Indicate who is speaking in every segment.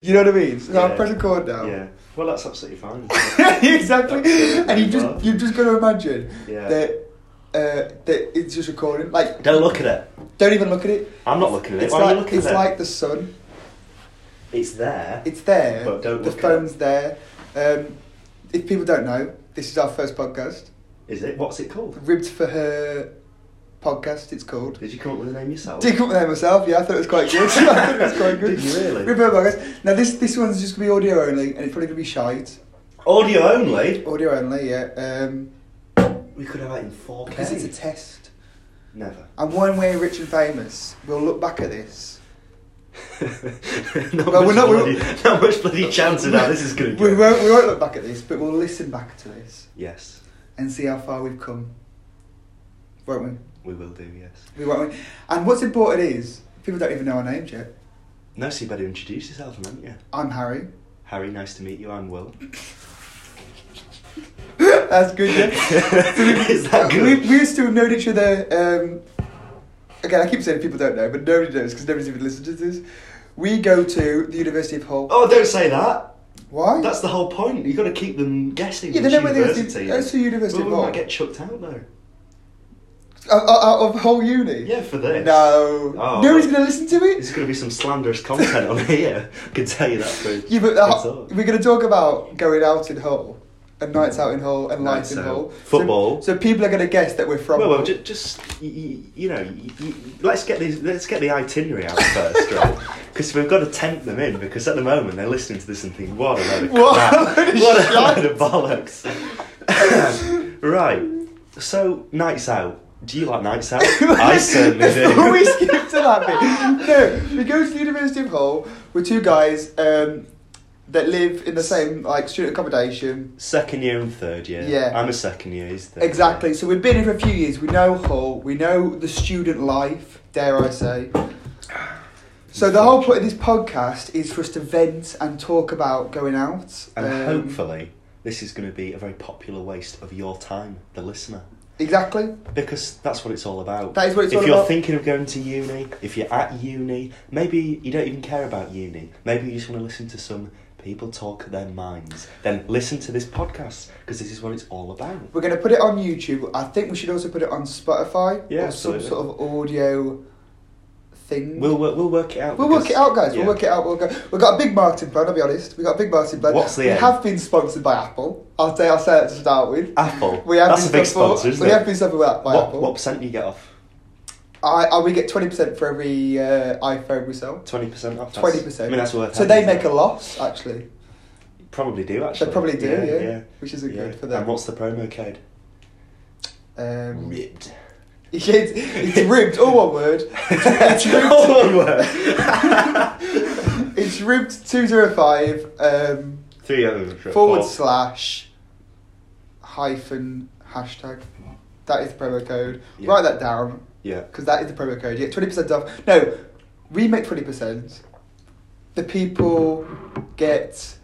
Speaker 1: You know what I mean? So I'm
Speaker 2: Yeah.
Speaker 1: pressing record now.
Speaker 2: Yeah. Well, that's absolutely fine.
Speaker 1: exactly.
Speaker 2: That's
Speaker 1: And you
Speaker 2: bizarre.
Speaker 1: just you just got to imagine
Speaker 2: Yeah.
Speaker 1: that uh, that it's just recording. Like
Speaker 2: Don't look at it.
Speaker 1: don't even look at it.
Speaker 2: I'm not looking at it.
Speaker 1: It's
Speaker 2: Why are you
Speaker 1: like
Speaker 2: looking
Speaker 1: it's
Speaker 2: at it?
Speaker 1: like the sun.
Speaker 2: It's there.
Speaker 1: It's there.
Speaker 2: But don't
Speaker 1: the
Speaker 2: look at
Speaker 1: phone's there. Um, if people don't know, this is our first podcast.
Speaker 2: Is it? What's it called?
Speaker 1: Ribbed for her podcast. It's called.
Speaker 2: Did you come up with the name yourself?
Speaker 1: Did come up with that myself? Yeah, I thought it was quite good. I thought it was quite good.
Speaker 2: Did you really?
Speaker 1: Ribbed for her podcast. Now this this one's just gonna be audio only, and it's probably gonna be shite.
Speaker 2: Audio only.
Speaker 1: Audio only, yeah. Um,
Speaker 2: We could have it in 4K.
Speaker 1: because it's a test.
Speaker 2: Never.
Speaker 1: And when we're rich and famous, we'll look back at this.
Speaker 2: not,
Speaker 1: Well,
Speaker 2: much
Speaker 1: we're not-
Speaker 2: bloody,
Speaker 1: we're-
Speaker 2: not much bloody chance of that. This is going to
Speaker 1: We won't, we won't look back at this, but we'll listen back to this
Speaker 2: Yes,
Speaker 1: and see how far we've come. Won't we?
Speaker 2: we will do, yes.
Speaker 1: We won't. we? And what's important is people don't even know our names yet.
Speaker 2: No, so you better introduce yourself, haven't you?
Speaker 1: I'm Harry.
Speaker 2: Harry, nice to meet you. I'm Will.
Speaker 1: That's good. Yeah.
Speaker 2: Is that good?
Speaker 1: We, we used to have known each other. Um, again, I keep saying people don't know, but nobody knows because nobody's even listened to this. We go to the University of Hull.
Speaker 2: Oh, don't say that.
Speaker 1: Why?
Speaker 2: That's the whole point. You've got to keep them guessing.
Speaker 1: Yeah, they
Speaker 2: which
Speaker 1: know where the-
Speaker 2: university.
Speaker 1: that's the university
Speaker 2: Well, we
Speaker 1: of
Speaker 2: might
Speaker 1: all.
Speaker 2: get chucked out though.
Speaker 1: out, Uh, out- out of Hull Uni.
Speaker 2: Yeah, for this.
Speaker 1: No.
Speaker 2: Oh.
Speaker 1: Nobody's going to listen to it.
Speaker 2: There's going to be some slanderous content on here. I can tell you that for
Speaker 1: Yeah, but
Speaker 2: for
Speaker 1: uh,
Speaker 2: sure.
Speaker 1: we're going to talk about going out in Hull and nights out in Hull and lights
Speaker 2: Nights
Speaker 1: in
Speaker 2: out.
Speaker 1: Hull.
Speaker 2: Football.
Speaker 1: So, so people are going to guess that we're from.
Speaker 2: Well, well,
Speaker 1: Hull.
Speaker 2: just, just you, you, you know, you, you, let's get these, let's get the itinerary out first, right? Because we've got to tempt them in. Because at the moment they're listening to this and thinking, "What a load of
Speaker 1: What
Speaker 2: crap!
Speaker 1: a load of
Speaker 2: what a
Speaker 1: shite."
Speaker 2: load of bollocks!" right. So nights out. Do you like nights out? I certainly
Speaker 1: Before
Speaker 2: do.
Speaker 1: we skip to that bit. No, we go to the University of Hull. We're two guys um, that live in the same like student accommodation.
Speaker 2: second year and third year.
Speaker 1: Yeah.
Speaker 2: I'm a second year. He's third year.
Speaker 1: Exactly. So we've been here for a few years. We know Hull. We know the student life. Dare I say? So the whole point of this podcast is for us to vent and talk about going out.
Speaker 2: And
Speaker 1: um,
Speaker 2: hopefully, this is going to be a very popular waste of your time, the listener.
Speaker 1: Exactly.
Speaker 2: Because that's what it's all about.
Speaker 1: That is what it's
Speaker 2: if
Speaker 1: all
Speaker 2: you're
Speaker 1: about.
Speaker 2: thinking of going to uni, if you're at uni, maybe you don't even care about uni. Maybe you just want to listen to some people talk their minds. Then listen to this podcast because this is what it's all about.
Speaker 1: We're going to put it on YouTube. I think we should also put it on Spotify
Speaker 2: Yeah,
Speaker 1: or some
Speaker 2: absolutely.
Speaker 1: sort of audio thing.
Speaker 2: We'll work, we'll work it out.
Speaker 1: We'll
Speaker 2: because-
Speaker 1: work it out, guys.
Speaker 2: yeah.
Speaker 1: We'll work it out. We'll go. We've got a big marketing plan. I'll be honest. We've got a big marketing plan.
Speaker 2: What's the
Speaker 1: we
Speaker 2: aim?
Speaker 1: have been sponsored by Apple. I'll say. I'll say that to start with.
Speaker 2: Apple.
Speaker 1: We have
Speaker 2: That's a
Speaker 1: been
Speaker 2: big
Speaker 1: sponsored-
Speaker 2: sponsor, isn't
Speaker 1: we
Speaker 2: it?
Speaker 1: have been sponsored by, by
Speaker 2: what,
Speaker 1: Apple.
Speaker 2: what percent do you get off?
Speaker 1: I, I we get twenty percent for every uh, iPhone we sell.
Speaker 2: 20% off? That's-
Speaker 1: Twenty percent.
Speaker 2: I mean, that's worth
Speaker 1: So they
Speaker 2: having,
Speaker 1: make
Speaker 2: isn't
Speaker 1: a
Speaker 2: it?
Speaker 1: loss actually.
Speaker 2: Probably do, actually.
Speaker 1: probably do, yeah,
Speaker 2: yeah.
Speaker 1: which isn't
Speaker 2: Yeah.
Speaker 1: good for them.
Speaker 2: And what's the promo code?
Speaker 1: Um,
Speaker 2: Ribbed.
Speaker 1: it's, it's ribbed. All one word. It's, ribbed.
Speaker 2: All Oh, one word.
Speaker 1: It's ribbed two zero five um,
Speaker 2: Three hundred
Speaker 1: forward
Speaker 2: four.
Speaker 1: slash hyphen hashtag. That is the promo code.
Speaker 2: Yeah.
Speaker 1: Write that down
Speaker 2: Yeah.
Speaker 1: because that is the promo code. You get twenty percent off. No, we make twenty percent. The people get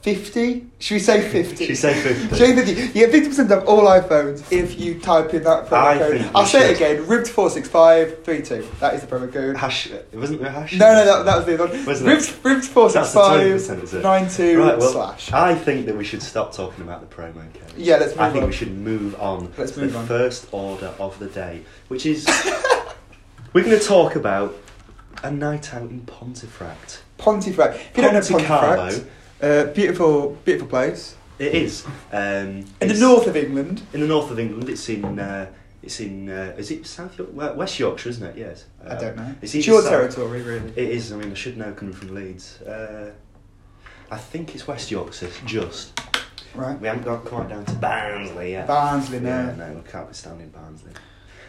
Speaker 1: fifty. Should we say fifty?
Speaker 2: Should we say 50?
Speaker 1: Should we say 50? You get fifty percent off all iPhones if you type in that promo
Speaker 2: I
Speaker 1: code.
Speaker 2: think we
Speaker 1: I'll say it
Speaker 2: should.
Speaker 1: again. Ribbed four six five three two. That is the promo code.
Speaker 2: Hash. It wasn't the hash.
Speaker 1: No, no, that, that was the other one.
Speaker 2: Wasn't it?
Speaker 1: Ribbed, ribbed four six
Speaker 2: That's the twenty
Speaker 1: five
Speaker 2: percent, is it?
Speaker 1: nine two
Speaker 2: Right, well,
Speaker 1: slash.
Speaker 2: I think that we should stop talking about the promo code.
Speaker 1: Yeah, let's move
Speaker 2: I think
Speaker 1: on.
Speaker 2: we should move on.
Speaker 1: Let's
Speaker 2: to
Speaker 1: move
Speaker 2: the
Speaker 1: on.
Speaker 2: First order of the day, which is we're going to talk about a night out in Pontefract.
Speaker 1: Pontefract. If you don't know
Speaker 2: Pontecarlo.
Speaker 1: Pontefract, uh, beautiful, beautiful place
Speaker 2: It is um,
Speaker 1: in the
Speaker 2: it's-
Speaker 1: north of England.
Speaker 2: In the north of England, it's in. Uh, it's in. Uh, is it South York? well, West Yorkshire, isn't it? Yes. Um,
Speaker 1: I don't know. It's,
Speaker 2: It's, either
Speaker 1: your
Speaker 2: south-
Speaker 1: territory, really.
Speaker 2: It is. um, I mean, I should know coming from Leeds. Uh, I think it's West Yorkshire. Just.
Speaker 1: right.
Speaker 2: We haven't got quite down to Barnsley yet.
Speaker 1: Barnsley, no.
Speaker 2: Yeah, no, I can't be standing Barnsley.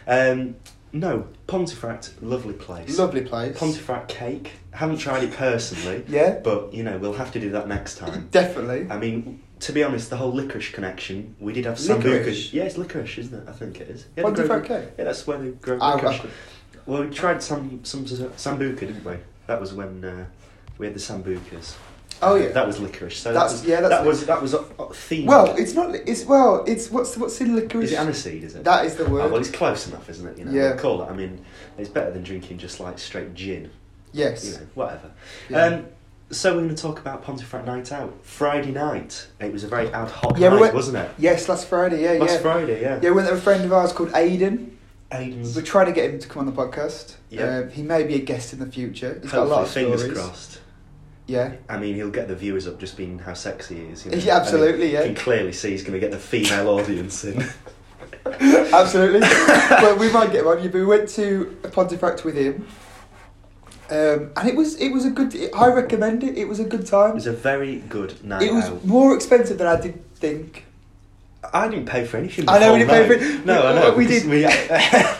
Speaker 2: Um, no, Pontefract, lovely place.
Speaker 1: Lovely place.
Speaker 2: Pontefract cake. Haven't tried it personally.
Speaker 1: Yeah.
Speaker 2: But you know, we'll have to do that next time. Um,
Speaker 1: Definitely.
Speaker 2: I mean, to be honest, the whole licorice connection. We did have
Speaker 1: Licorice?
Speaker 2: sambuca. Yeah, it's licorice, isn't it? I think it is. Yeah, they
Speaker 1: Pontefract
Speaker 2: grow-
Speaker 1: cake?
Speaker 2: Yeah, that's where they grow
Speaker 1: Ah,
Speaker 2: licorice.
Speaker 1: okay.
Speaker 2: Well, we tried some some sambuca, didn't we? That was when uh, we had the sambucas. Uh,
Speaker 1: Oh, yeah.
Speaker 2: That was licorice. So
Speaker 1: That's-
Speaker 2: that was,
Speaker 1: yeah, that's
Speaker 2: that was that was uh, uh, themed.
Speaker 1: Well, it's not. li- It's well. It's what's what's in licorice.
Speaker 2: Is it aniseed? Is it?
Speaker 1: That is the word.
Speaker 2: Oh, well, it's close enough, isn't it? You know,
Speaker 1: Yeah.
Speaker 2: we'll call it. I mean, it's better than drinking just like straight gin. You
Speaker 1: yes.
Speaker 2: know, whatever.
Speaker 1: Yeah.
Speaker 2: Um, So we're going to talk about Pontefract Night Out. Friday night. It was a very ad hoc
Speaker 1: Yeah, we
Speaker 2: night,
Speaker 1: went-
Speaker 2: wasn't it?
Speaker 1: Yes, last Friday. Yeah,
Speaker 2: Last
Speaker 1: yeah.
Speaker 2: Friday, yeah.
Speaker 1: Yeah, we went there with a friend of ours called Aiden.
Speaker 2: Aiden's
Speaker 1: We're trying to get him to come on the podcast.
Speaker 2: Mm. Yeah.
Speaker 1: Um, he may be a guest in the future. He's got a lot
Speaker 2: hopefully,
Speaker 1: of
Speaker 2: fingers
Speaker 1: stories.
Speaker 2: crossed.
Speaker 1: Yeah.
Speaker 2: I mean, he'll get the viewers up just being how sexy he is. You know?
Speaker 1: Yeah, absolutely,
Speaker 2: I mean,
Speaker 1: yeah.
Speaker 2: You can clearly see he's going to get the female audience in.
Speaker 1: Absolutely. well, we might get one. But we went to a Pontefract with him, um, and it was it was a good. I recommend it. It was a good
Speaker 2: It
Speaker 1: time.
Speaker 2: was a very good night
Speaker 1: It was
Speaker 2: out.
Speaker 1: more expensive than I did think.
Speaker 2: I didn't pay for anything.
Speaker 1: I know we
Speaker 2: the whole
Speaker 1: didn't pay
Speaker 2: night.
Speaker 1: for it.
Speaker 2: No, I know.
Speaker 1: We- we
Speaker 2: because uh,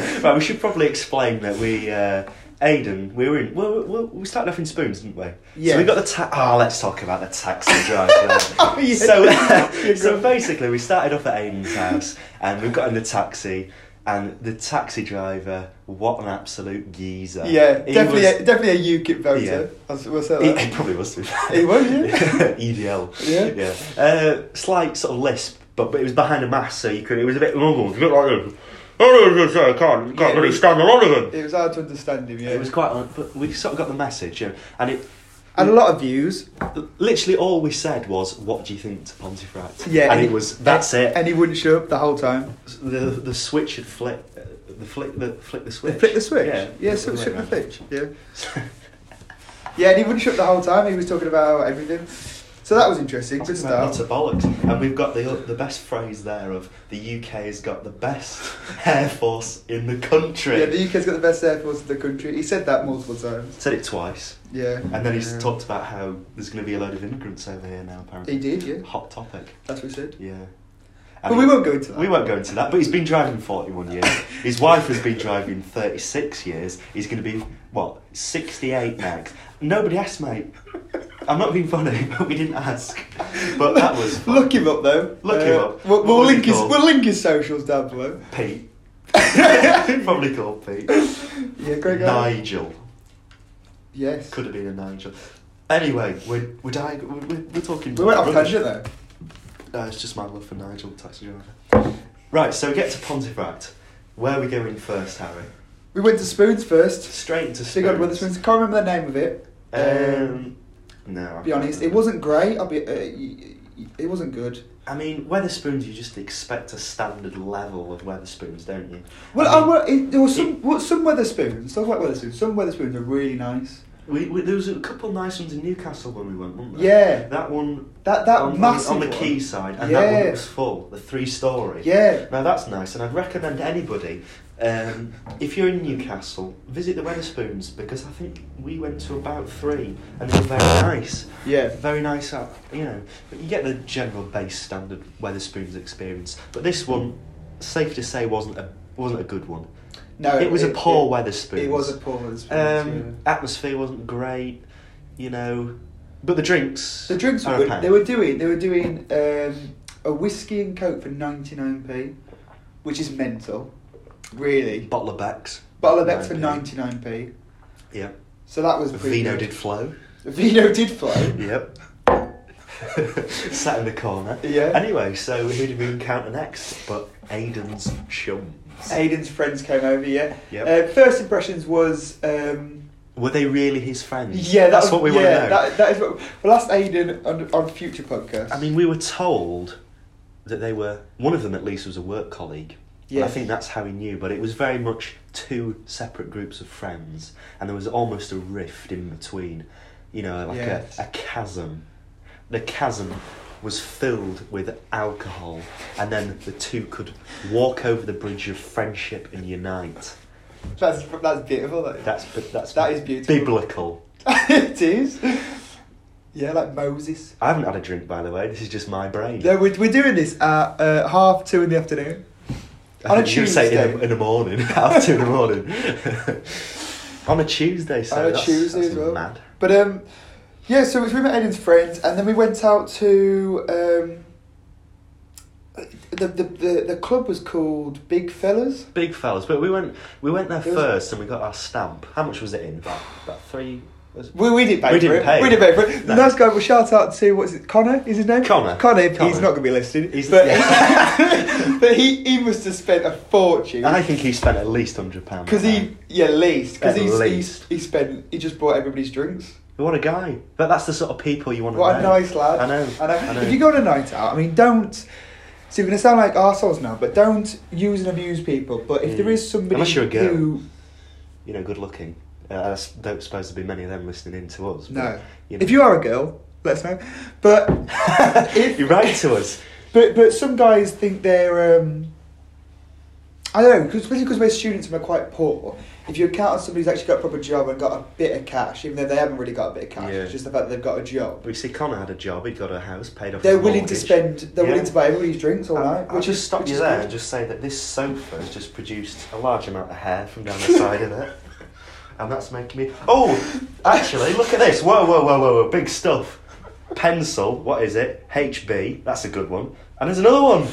Speaker 1: did.
Speaker 2: right, we should probably explain that we, uh, Aiden, we were in. We, we, we started off in spoons, didn't we? So
Speaker 1: Yeah.
Speaker 2: we got the ta- ah. let's talk about the taxi drive. right?
Speaker 1: Oh, yeah.
Speaker 2: So, so basically, we started off at Aiden's house, and we got in the taxi. And the taxi driver, what an absolute geezer!
Speaker 1: yeah,
Speaker 2: He
Speaker 1: definitely,
Speaker 2: was-
Speaker 1: a, definitely a UKIP voter.
Speaker 2: Yeah.
Speaker 1: I'll s- We'll say
Speaker 2: he,
Speaker 1: that.
Speaker 2: he probably was. to be fair.
Speaker 1: He was, yeah.
Speaker 2: EDL.
Speaker 1: Yeah.
Speaker 2: Yeah. Uh, slight sort of lisp, but, but it was behind a mask, so you could. It was a bit long. It looked like this. Oh, uh, I can't, can't
Speaker 1: Yeah, it
Speaker 2: really
Speaker 1: was-
Speaker 2: stand along with it.
Speaker 1: It was hard to understand him. Yeah,
Speaker 2: It was quite, un- but we sort of got the message, yeah. and it
Speaker 1: and a lot of views.
Speaker 2: literally all we said was, "What do you think to Pontefract?"
Speaker 1: Yeah,
Speaker 2: and
Speaker 1: and
Speaker 2: it
Speaker 1: he-
Speaker 2: was that's it.
Speaker 1: And he wouldn't show up the whole time.
Speaker 2: the the switch had flicked. uh, The flick, the flick, the switch.
Speaker 1: They flicked the switch.
Speaker 2: Yeah,
Speaker 1: yeah, so flick the
Speaker 2: switch.
Speaker 1: switch. Yeah. Yeah, and he wouldn't shut the whole time. He was talking about everything. So that was interesting. Good
Speaker 2: That's
Speaker 1: start.
Speaker 2: a bollocks. And we've got the the best phrase there of the UK has got the best air force in the country.
Speaker 1: Yeah, the UK's got the best air force in the country. He said that multiple times.
Speaker 2: Said it twice,
Speaker 1: Yeah.
Speaker 2: and then he's
Speaker 1: Yeah.
Speaker 2: talked about how there's going to be a load of immigrants over here now.
Speaker 1: He
Speaker 2: Apparently,
Speaker 1: did, yeah.
Speaker 2: hot topic.
Speaker 1: That's what he said.
Speaker 2: Yeah.
Speaker 1: But we won't go into that.
Speaker 2: We won't go into that. But he's been driving 41 years. His wife has been driving 36 years. He's going to be what 68 next. Nobody asked, mate. I'm not being funny, but we didn't ask. But that was fun.
Speaker 1: Look him up though. Uh,
Speaker 2: Look him up.
Speaker 1: We'll,
Speaker 2: What
Speaker 1: we'll
Speaker 2: was he
Speaker 1: link his
Speaker 2: called?
Speaker 1: we'll link his socials down below.
Speaker 2: Pete. Probably called Pete.
Speaker 1: Yeah, great guy.
Speaker 2: Nigel.
Speaker 1: uh, Yes.
Speaker 2: Could have been a Nigel. Anyway, we're, we're, di- we're, we're, we're talking.
Speaker 1: We went off
Speaker 2: rubbish.
Speaker 1: tangent though.
Speaker 2: No, it's just my love for Nigel, the taxi driver. Right, so we get to Pontefract. Where are we going first, Harry?
Speaker 1: We went to Spoons first.
Speaker 2: Straight into
Speaker 1: Big old Witherspoons. Can't remember the name of it.
Speaker 2: Um, no. I
Speaker 1: to
Speaker 2: can't
Speaker 1: be honest, it
Speaker 2: remember.
Speaker 1: wasn't great. I'll be. Uh, y- y- it wasn't good.
Speaker 2: I mean, Weatherspoons, you just expect a standard level of Weatherspoons, don't you?
Speaker 1: Well,
Speaker 2: I
Speaker 1: I,
Speaker 2: mean,
Speaker 1: wa- it, there was
Speaker 2: it-
Speaker 1: some what some Weatherspoons. Stuff like Weatherspoons. Some Weatherspoons are really nice.
Speaker 2: we, we, there was a couple nice ones in Newcastle when we went, weren't there?
Speaker 1: Yeah.
Speaker 2: That one
Speaker 1: That that
Speaker 2: on, on-
Speaker 1: massive
Speaker 2: on the
Speaker 1: one.
Speaker 2: quay side, and that one
Speaker 1: Yeah.
Speaker 2: that was full, the three story.
Speaker 1: Yeah.
Speaker 2: Now that's nice, and I'd recommend anybody, um, if you're in Newcastle, visit the Weatherspoons because I think we went to about three, and they were very nice.
Speaker 1: Yeah.
Speaker 2: Very nice, uh, you know. But you get the general base standard Weatherspoons experience, but this one, safe to say, wasn't a wasn't a good one.
Speaker 1: No,
Speaker 2: it was a poor Weatherspoons.
Speaker 1: It was a poor Weatherspoons.
Speaker 2: Um,
Speaker 1: yeah.
Speaker 2: Atmosphere wasn't great, you know. But the drinks.
Speaker 1: The drinks were
Speaker 2: are a
Speaker 1: good.
Speaker 2: pound.
Speaker 1: They were doing they were doing um, a whiskey and coke for ninety nine p, which is mental, really.
Speaker 2: bottle of Beck's.
Speaker 1: Bottle of Beck's for ninety
Speaker 2: 90.
Speaker 1: nine p.
Speaker 2: Yeah.
Speaker 1: So that was pretty
Speaker 2: Vino
Speaker 1: good.
Speaker 2: did flow.
Speaker 1: Vino did flow.
Speaker 2: Yep. Sat in the corner.
Speaker 1: Yeah.
Speaker 2: Anyway, so who did we encounter next? But Aidan's chums.
Speaker 1: Aiden's friends came over. Yeah.
Speaker 2: Yep.
Speaker 1: Uh, first impressions was. Um,
Speaker 2: Were they really his friends?
Speaker 1: yeah, that
Speaker 2: that's
Speaker 1: was-
Speaker 2: what we
Speaker 1: yeah,
Speaker 2: want to know.
Speaker 1: That, that is what. Well, that's Aiden on, on future podcasts.
Speaker 2: I mean, we were told that they were one of them at least was a work colleague. Yeah, I
Speaker 1: Yes.
Speaker 2: think that's how he knew. But it was very much two separate groups of friends, and there was almost a rift in between. You know, like
Speaker 1: Yes.
Speaker 2: a, a chasm. The chasm was filled with alcohol, and then the two could walk over the bridge of friendship and unite.
Speaker 1: that's that's beautiful. That is.
Speaker 2: That's bu- that's
Speaker 1: That is beautiful.
Speaker 2: biblical.
Speaker 1: it is. Yeah, like Moses.
Speaker 2: I haven't had a drink, by the way. This is just my brain.
Speaker 1: No, we're, we're doing this at uh, half two in the afternoon.
Speaker 2: I
Speaker 1: On a
Speaker 2: think you say in the,
Speaker 1: Tuesday.
Speaker 2: in the morning, half two in the morning. on a Tuesday, so
Speaker 1: on a
Speaker 2: that's,
Speaker 1: Tuesday
Speaker 2: that's
Speaker 1: as well.
Speaker 2: mad.
Speaker 1: But um, yeah. So we met Aiden's friends, and then we went out to um, the, the the the club was called Big Fellas.
Speaker 2: Big fellas, but we went we went there
Speaker 1: It was-
Speaker 2: first and we got our stamp. How much was it in? About, about three. Was
Speaker 1: We, we didn't pay
Speaker 2: We
Speaker 1: for
Speaker 2: didn't
Speaker 1: it.
Speaker 2: pay.
Speaker 1: We didn't pay for it.
Speaker 2: No.
Speaker 1: The nice guy. Well, shout out to what's it? Connor is his name.
Speaker 2: Connor.
Speaker 1: Connor.
Speaker 2: Connor.
Speaker 1: He's not going to be listening.
Speaker 2: He's-
Speaker 1: but
Speaker 2: yeah.
Speaker 1: but he he must have spent a fortune.
Speaker 2: I think he spent at least hundred pounds.
Speaker 1: Because he, yeah, least. Because
Speaker 2: At
Speaker 1: he's,
Speaker 2: least.
Speaker 1: he's he spent he just bought everybody's drinks.
Speaker 2: What a guy. But that's the sort of people you want to
Speaker 1: What a
Speaker 2: know.
Speaker 1: nice lad.
Speaker 2: I know.
Speaker 1: I know.
Speaker 2: I know.
Speaker 1: If you go on a night out, I mean, don't. So you're going to sound like arseholes now, but don't use and abuse people. But if
Speaker 2: Mm.
Speaker 1: there is somebody
Speaker 2: Unless you're a girl.
Speaker 1: who.
Speaker 2: you know, good looking. Uh, I s- don't suppose there'll be many of them listening in to us. but,
Speaker 1: No.
Speaker 2: You know.
Speaker 1: If you are a girl, let us know. But if
Speaker 2: you write to us.
Speaker 1: But but some guys think they're. Um, I don't know, cause, especially because we're students and we're quite poor. If you account on somebody who's actually got a proper job and got a bit of cash, even though they haven't really got a bit of cash,
Speaker 2: Yeah.
Speaker 1: it's just the fact that they've got a job.
Speaker 2: We see Connor had a job, he'd got a house, paid off
Speaker 1: They're
Speaker 2: his
Speaker 1: willing to
Speaker 2: mortgage.
Speaker 1: spend. They're
Speaker 2: Yeah.
Speaker 1: willing to buy everybody's drinks all
Speaker 2: Um,
Speaker 1: night,
Speaker 2: I'll
Speaker 1: which
Speaker 2: just
Speaker 1: is
Speaker 2: stop
Speaker 1: which
Speaker 2: you
Speaker 1: is
Speaker 2: there
Speaker 1: good.
Speaker 2: and just say that this sofa has just produced a large amount of hair from down the side of it. And that's making me. Oh, actually, look at this. Whoa, whoa, whoa, whoa, whoa. Big stuff. Pencil, what is it? HB, that's a good one. And there's another one.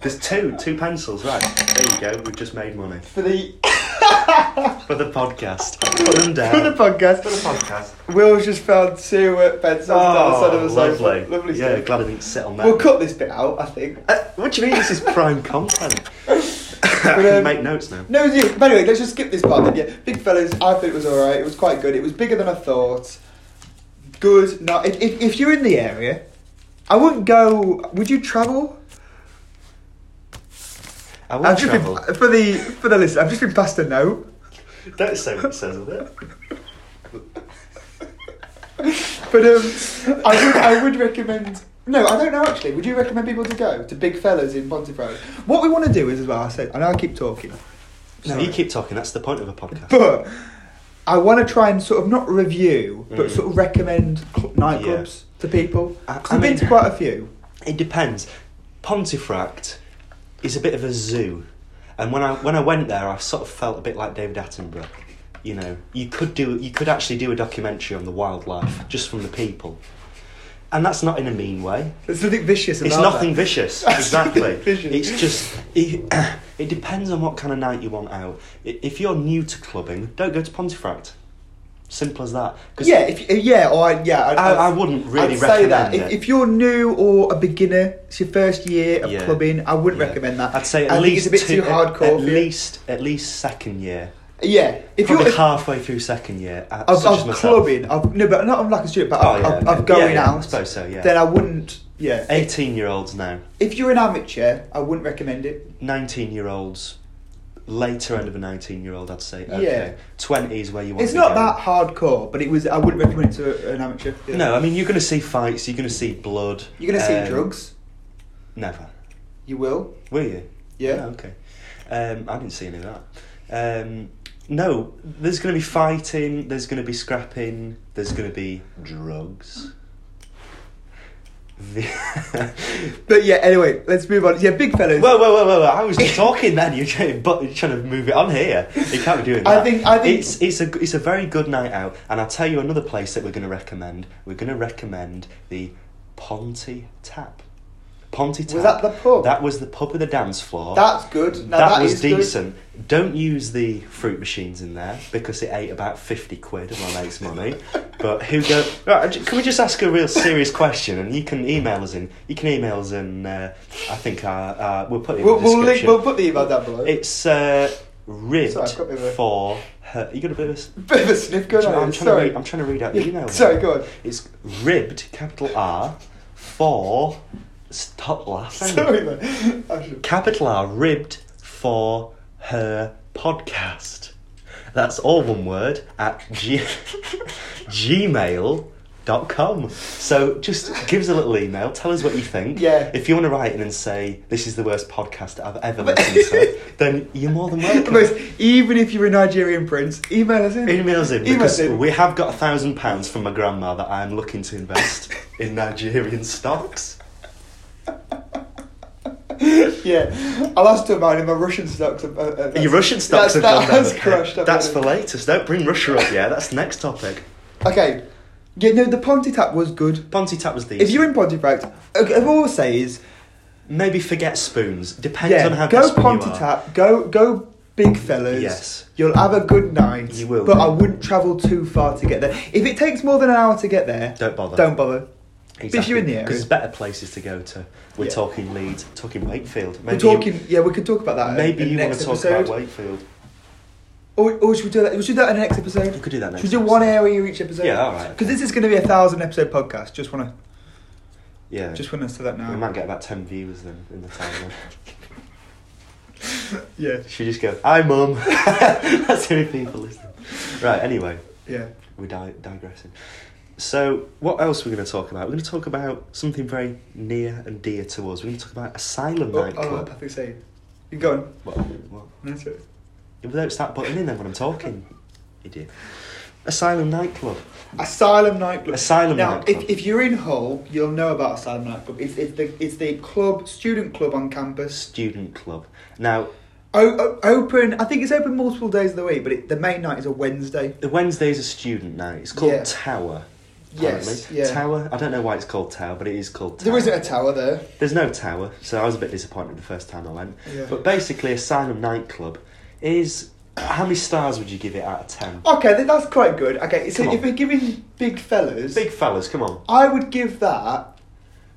Speaker 2: There's two, two pencils, right. There you go, we've just made money.
Speaker 1: for the
Speaker 2: For the podcast. Put them down.
Speaker 1: for the podcast.
Speaker 2: For the podcast. Oh,
Speaker 1: Will's just found two uh, pencils down the side of the sofa.
Speaker 2: lovely.
Speaker 1: Lovely
Speaker 2: yeah,
Speaker 1: stuff.
Speaker 2: glad I didn't sit on that.
Speaker 1: We'll cut this bit out, I think.
Speaker 2: Uh, what do you mean this is prime content? I
Speaker 1: But, um,
Speaker 2: can make notes now.
Speaker 1: No, you. But anyway, let's just skip this part. Then. Yeah, big fellas. I thought it was all right. It was quite good. It was bigger than I thought. Good. No, if, if, if you're in the area, I wouldn't go. Would you travel?
Speaker 2: I will
Speaker 1: I've just
Speaker 2: travel.
Speaker 1: been for the for the listen. I've just been passed a note.
Speaker 2: Don't say what it says of it.
Speaker 1: But um, I would I would recommend. No, I don't know actually. Would you recommend people to go to Big Fellas in Pontypridd? What we want to do is as well. I said I know I keep talking.
Speaker 2: No,
Speaker 1: Sorry.
Speaker 2: you keep talking. That's the point of a podcast.
Speaker 1: But I want to try and sort of not review, but
Speaker 2: Mm.
Speaker 1: sort of recommend cl- nightclubs to people.
Speaker 2: I-
Speaker 1: 'Cause
Speaker 2: I
Speaker 1: I've been
Speaker 2: mean-
Speaker 1: to quite a few.
Speaker 2: It depends. Pontefract is a bit of a zoo, and when I when I went there, I sort of felt a bit like David Attenborough. You know, you could do you could actually do a documentary on the wildlife just from the people, and that's not in a mean way.
Speaker 1: There's nothing vicious about
Speaker 2: It's nothing
Speaker 1: that.
Speaker 2: vicious.
Speaker 1: That's nothing
Speaker 2: Exactly.
Speaker 1: vicious.
Speaker 2: It's just it, it depends on what kind of night you want out. I- If you're new to clubbing, don't go to Pontefract. Simple as that. 'Cause
Speaker 1: Yeah, if, uh, yeah, or I, yeah, I'd,
Speaker 2: I,
Speaker 1: I'd-
Speaker 2: I wouldn't really
Speaker 1: I'd say
Speaker 2: recommend
Speaker 1: that
Speaker 2: it.
Speaker 1: if, if you're new or a beginner, it's your first year of
Speaker 2: Yeah.
Speaker 1: clubbing. I wouldn't
Speaker 2: Yeah.
Speaker 1: recommend that.
Speaker 2: I'd say at
Speaker 1: I think
Speaker 2: least
Speaker 1: it's a bit
Speaker 2: two-
Speaker 1: too hardcore.
Speaker 2: At,
Speaker 1: for
Speaker 2: at
Speaker 1: you.
Speaker 2: least at least second year.
Speaker 1: yeah. If
Speaker 2: Probably
Speaker 1: you're
Speaker 2: halfway through second year. At,
Speaker 1: of,
Speaker 2: such as
Speaker 1: of
Speaker 2: myself.
Speaker 1: clubbing, of, no, but not of like a student, but
Speaker 2: Oh,
Speaker 1: of,
Speaker 2: yeah,
Speaker 1: of,
Speaker 2: okay.
Speaker 1: of going
Speaker 2: Yeah, yeah, I
Speaker 1: out.
Speaker 2: suppose so, yeah.
Speaker 1: Then I wouldn't. Yeah.
Speaker 2: Eighteen year olds now.
Speaker 1: If you're an amateur, I wouldn't recommend it.
Speaker 2: Nineteen year olds. Later end of a nineteen year old, I'd say.
Speaker 1: Yeah.
Speaker 2: Okay. Twenty is where you want.
Speaker 1: It's
Speaker 2: to
Speaker 1: not
Speaker 2: go.
Speaker 1: that hardcore, but it was. I wouldn't recommend it to an amateur. Yeah.
Speaker 2: No, I mean you're going to see fights. You're going to see blood.
Speaker 1: you're gonna
Speaker 2: um,
Speaker 1: see drugs.
Speaker 2: Never.
Speaker 1: You will.
Speaker 2: Were you?
Speaker 1: Yeah.
Speaker 2: Oh, okay. Um, I didn't see any of that. Um, no, there's going to be fighting, there's going to be scrapping, there's going to be drugs. The-
Speaker 1: But yeah. Anyway, let's move on. Yeah, big fellas.
Speaker 2: Whoa, whoa, whoa, whoa, whoa! I was just talking then. You're trying, but you're trying to move it on here. You can't be doing
Speaker 1: I
Speaker 2: that.
Speaker 1: think- I think-
Speaker 2: it's it's a it's a very good night out, and I'll tell you another place that we're going to recommend. We're going to recommend the Ponty Tap. Ponty Tap.
Speaker 1: Was that the pub?
Speaker 2: That was the pub with the dance floor.
Speaker 1: that's good. Now,
Speaker 2: that, was
Speaker 1: is good.
Speaker 2: decent. Don't use the fruit machines in there because it ate about fifty quid of my mate's money. But who go? Right, j- can we just ask a real serious question? And you can email us in. You can email us in. Uh, I think our, uh, we'll put it in
Speaker 1: We'll,
Speaker 2: the
Speaker 1: we'll, link,
Speaker 2: description.
Speaker 1: we'll put the email down below.
Speaker 2: it's uh, ribbed
Speaker 1: Sorry, I've got a bit of a-
Speaker 2: for her. You got a bit of. A,
Speaker 1: Bit of a sniff going
Speaker 2: Do you know,
Speaker 1: on.
Speaker 2: I'm
Speaker 1: here,
Speaker 2: trying to
Speaker 1: Sorry.
Speaker 2: read. I'm trying to read out the email.
Speaker 1: Sorry, go on.
Speaker 2: It's ribbed, capital R, for. Stop laughing
Speaker 1: Sorry, man. I should-
Speaker 2: capital R ribbed for her podcast. That's all one word at g- gmail.com. So just give us a little email, tell us what you think.
Speaker 1: Yeah.
Speaker 2: If you want to write in and say, this is the worst podcast I've ever listened to, then you're more than welcome.
Speaker 1: Guys, Even if you're a Nigerian prince, email us in.
Speaker 2: Emails in
Speaker 1: Email us
Speaker 2: because
Speaker 1: in.
Speaker 2: we have got a thousand pounds from my grandma that I'm looking to invest in Nigerian stocks.
Speaker 1: yeah, I lost her mine in my Russian stocks. Uh, uh, that's-
Speaker 2: Your Russian
Speaker 1: that's-
Speaker 2: stocks have
Speaker 1: that
Speaker 2: gone down.
Speaker 1: has
Speaker 2: the-
Speaker 1: crushed. I've
Speaker 2: That's
Speaker 1: got
Speaker 2: the
Speaker 1: it.
Speaker 2: latest. Don't bring Russia up. Yeah, that's the next topic.
Speaker 1: Okay, yeah, no, the Ponty tap was good.
Speaker 2: Ponty tap was the
Speaker 1: If you're in Pontefract, okay, what I will say is,
Speaker 2: maybe forget spoons. Depends
Speaker 1: yeah,
Speaker 2: on how
Speaker 1: go
Speaker 2: desperate you
Speaker 1: Ponty
Speaker 2: are.
Speaker 1: tap, go go big fellas.
Speaker 2: Yes.
Speaker 1: you'll have a good night.
Speaker 2: You will.
Speaker 1: but I wouldn't travel too far to get there. If it takes more than an hour to get there,
Speaker 2: Don't bother.
Speaker 1: Don't bother. But If you're in the
Speaker 2: because
Speaker 1: area,
Speaker 2: there's better places to go to. We're
Speaker 1: Yeah.
Speaker 2: talking Leeds, talking Wakefield.
Speaker 1: we're
Speaker 2: Maybe
Speaker 1: talking. yeah, we could talk about that.
Speaker 2: You, maybe
Speaker 1: in the
Speaker 2: you want
Speaker 1: next
Speaker 2: to talk
Speaker 1: episode.
Speaker 2: about Wakefield.
Speaker 1: Or, or should we do that? Should we do that in the next episode?
Speaker 2: We could do that next
Speaker 1: Should we do one
Speaker 2: episode.
Speaker 1: area each episode?
Speaker 2: Yeah, all right.
Speaker 1: Because this is going to be a thousand episode podcast. Just want to
Speaker 2: Yeah.
Speaker 1: just want to say that now.
Speaker 2: we might get about 10 viewers then in the time.
Speaker 1: Yeah,
Speaker 2: she just go, hi, mum. That's the only people listening. Right, anyway,
Speaker 1: yeah.
Speaker 2: we're di- digressing. So, what else are we going to talk about? We're going to talk about something very near and dear to us. We're going to talk about Asylum
Speaker 1: Oh, oh,
Speaker 2: Nightclub.
Speaker 1: perfect save. You go on.
Speaker 2: What? What?
Speaker 1: No, sorry.
Speaker 2: You don't start butting in then when I'm talking, idiot. Asylum Nightclub.
Speaker 1: Asylum nightclub.
Speaker 2: Asylum
Speaker 1: now,
Speaker 2: nightclub.
Speaker 1: if, if you're in Hull, you'll know about Asylum nightclub. It's, it's the it's the club student club on campus.
Speaker 2: Student club. Now,
Speaker 1: O- o- open. I think it's open multiple days of the week, but it, the main night is a Wednesday.
Speaker 2: the Wednesday's a student night. It's called
Speaker 1: Yeah.
Speaker 2: Tower.
Speaker 1: Yes,
Speaker 2: apparently.
Speaker 1: yeah.
Speaker 2: Tower. I don't know why it's called Tower, but it is called Tower.
Speaker 1: There isn't a tower there.
Speaker 2: There's no tower, so I was a bit disappointed the first time I went.
Speaker 1: Yeah.
Speaker 2: But basically, Asylum Nightclub is. How many stars would you give it out of ten?
Speaker 1: Okay, th- that's quite good. Okay, so
Speaker 2: Come
Speaker 1: if
Speaker 2: on.
Speaker 1: we're giving big fellas,
Speaker 2: Big fellas, come on.
Speaker 1: I would give that.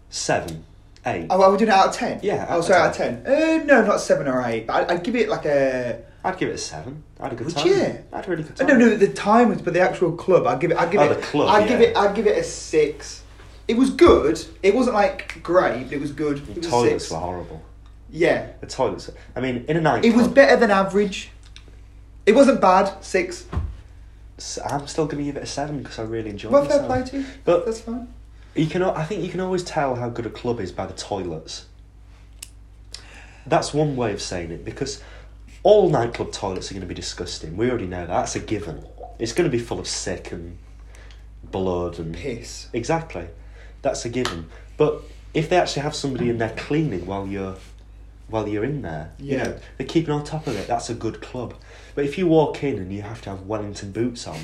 Speaker 2: Seven, eight.
Speaker 1: Oh, I would do it out of ten.
Speaker 2: Yeah, out
Speaker 1: Oh,
Speaker 2: of
Speaker 1: sorry, out of ten. Uh, no, not seven or eight. But I'd, I'd give it like a.
Speaker 2: I'd give it a seven. I had a good
Speaker 1: Would
Speaker 2: time.
Speaker 1: you?
Speaker 2: I had a really good
Speaker 1: Uh,
Speaker 2: time.
Speaker 1: No, no, the time was, but the actual club. I'd give it. I'd give
Speaker 2: Oh,
Speaker 1: it.
Speaker 2: the club,
Speaker 1: I'd give
Speaker 2: yeah.
Speaker 1: it. I'd give it a six. It was good. It wasn't like great. But it was good. It
Speaker 2: The
Speaker 1: was a
Speaker 2: toilets
Speaker 1: six.
Speaker 2: were horrible.
Speaker 1: Yeah,
Speaker 2: The toilets. I mean, in a nightclub.
Speaker 1: it was better than average. It wasn't bad. Six.
Speaker 2: s- I'm still going to give it a seven because I really enjoyed
Speaker 1: Well,
Speaker 2: it.
Speaker 1: fair play to you.
Speaker 2: But-
Speaker 1: that's fine.
Speaker 2: You can. al- I think you can always tell how good a club is by the toilets. That's one way of saying it because all nightclub toilets are going to be disgusting. We already know that. That's a given. It's going to be full of sick and blood and
Speaker 1: Piss.
Speaker 2: Exactly. That's a given. But if they actually have somebody in there cleaning while you're while you're in there, you
Speaker 1: Yeah.
Speaker 2: know, they're keeping on top of it. That's a good club. But if you walk in and you have to have Wellington boots on,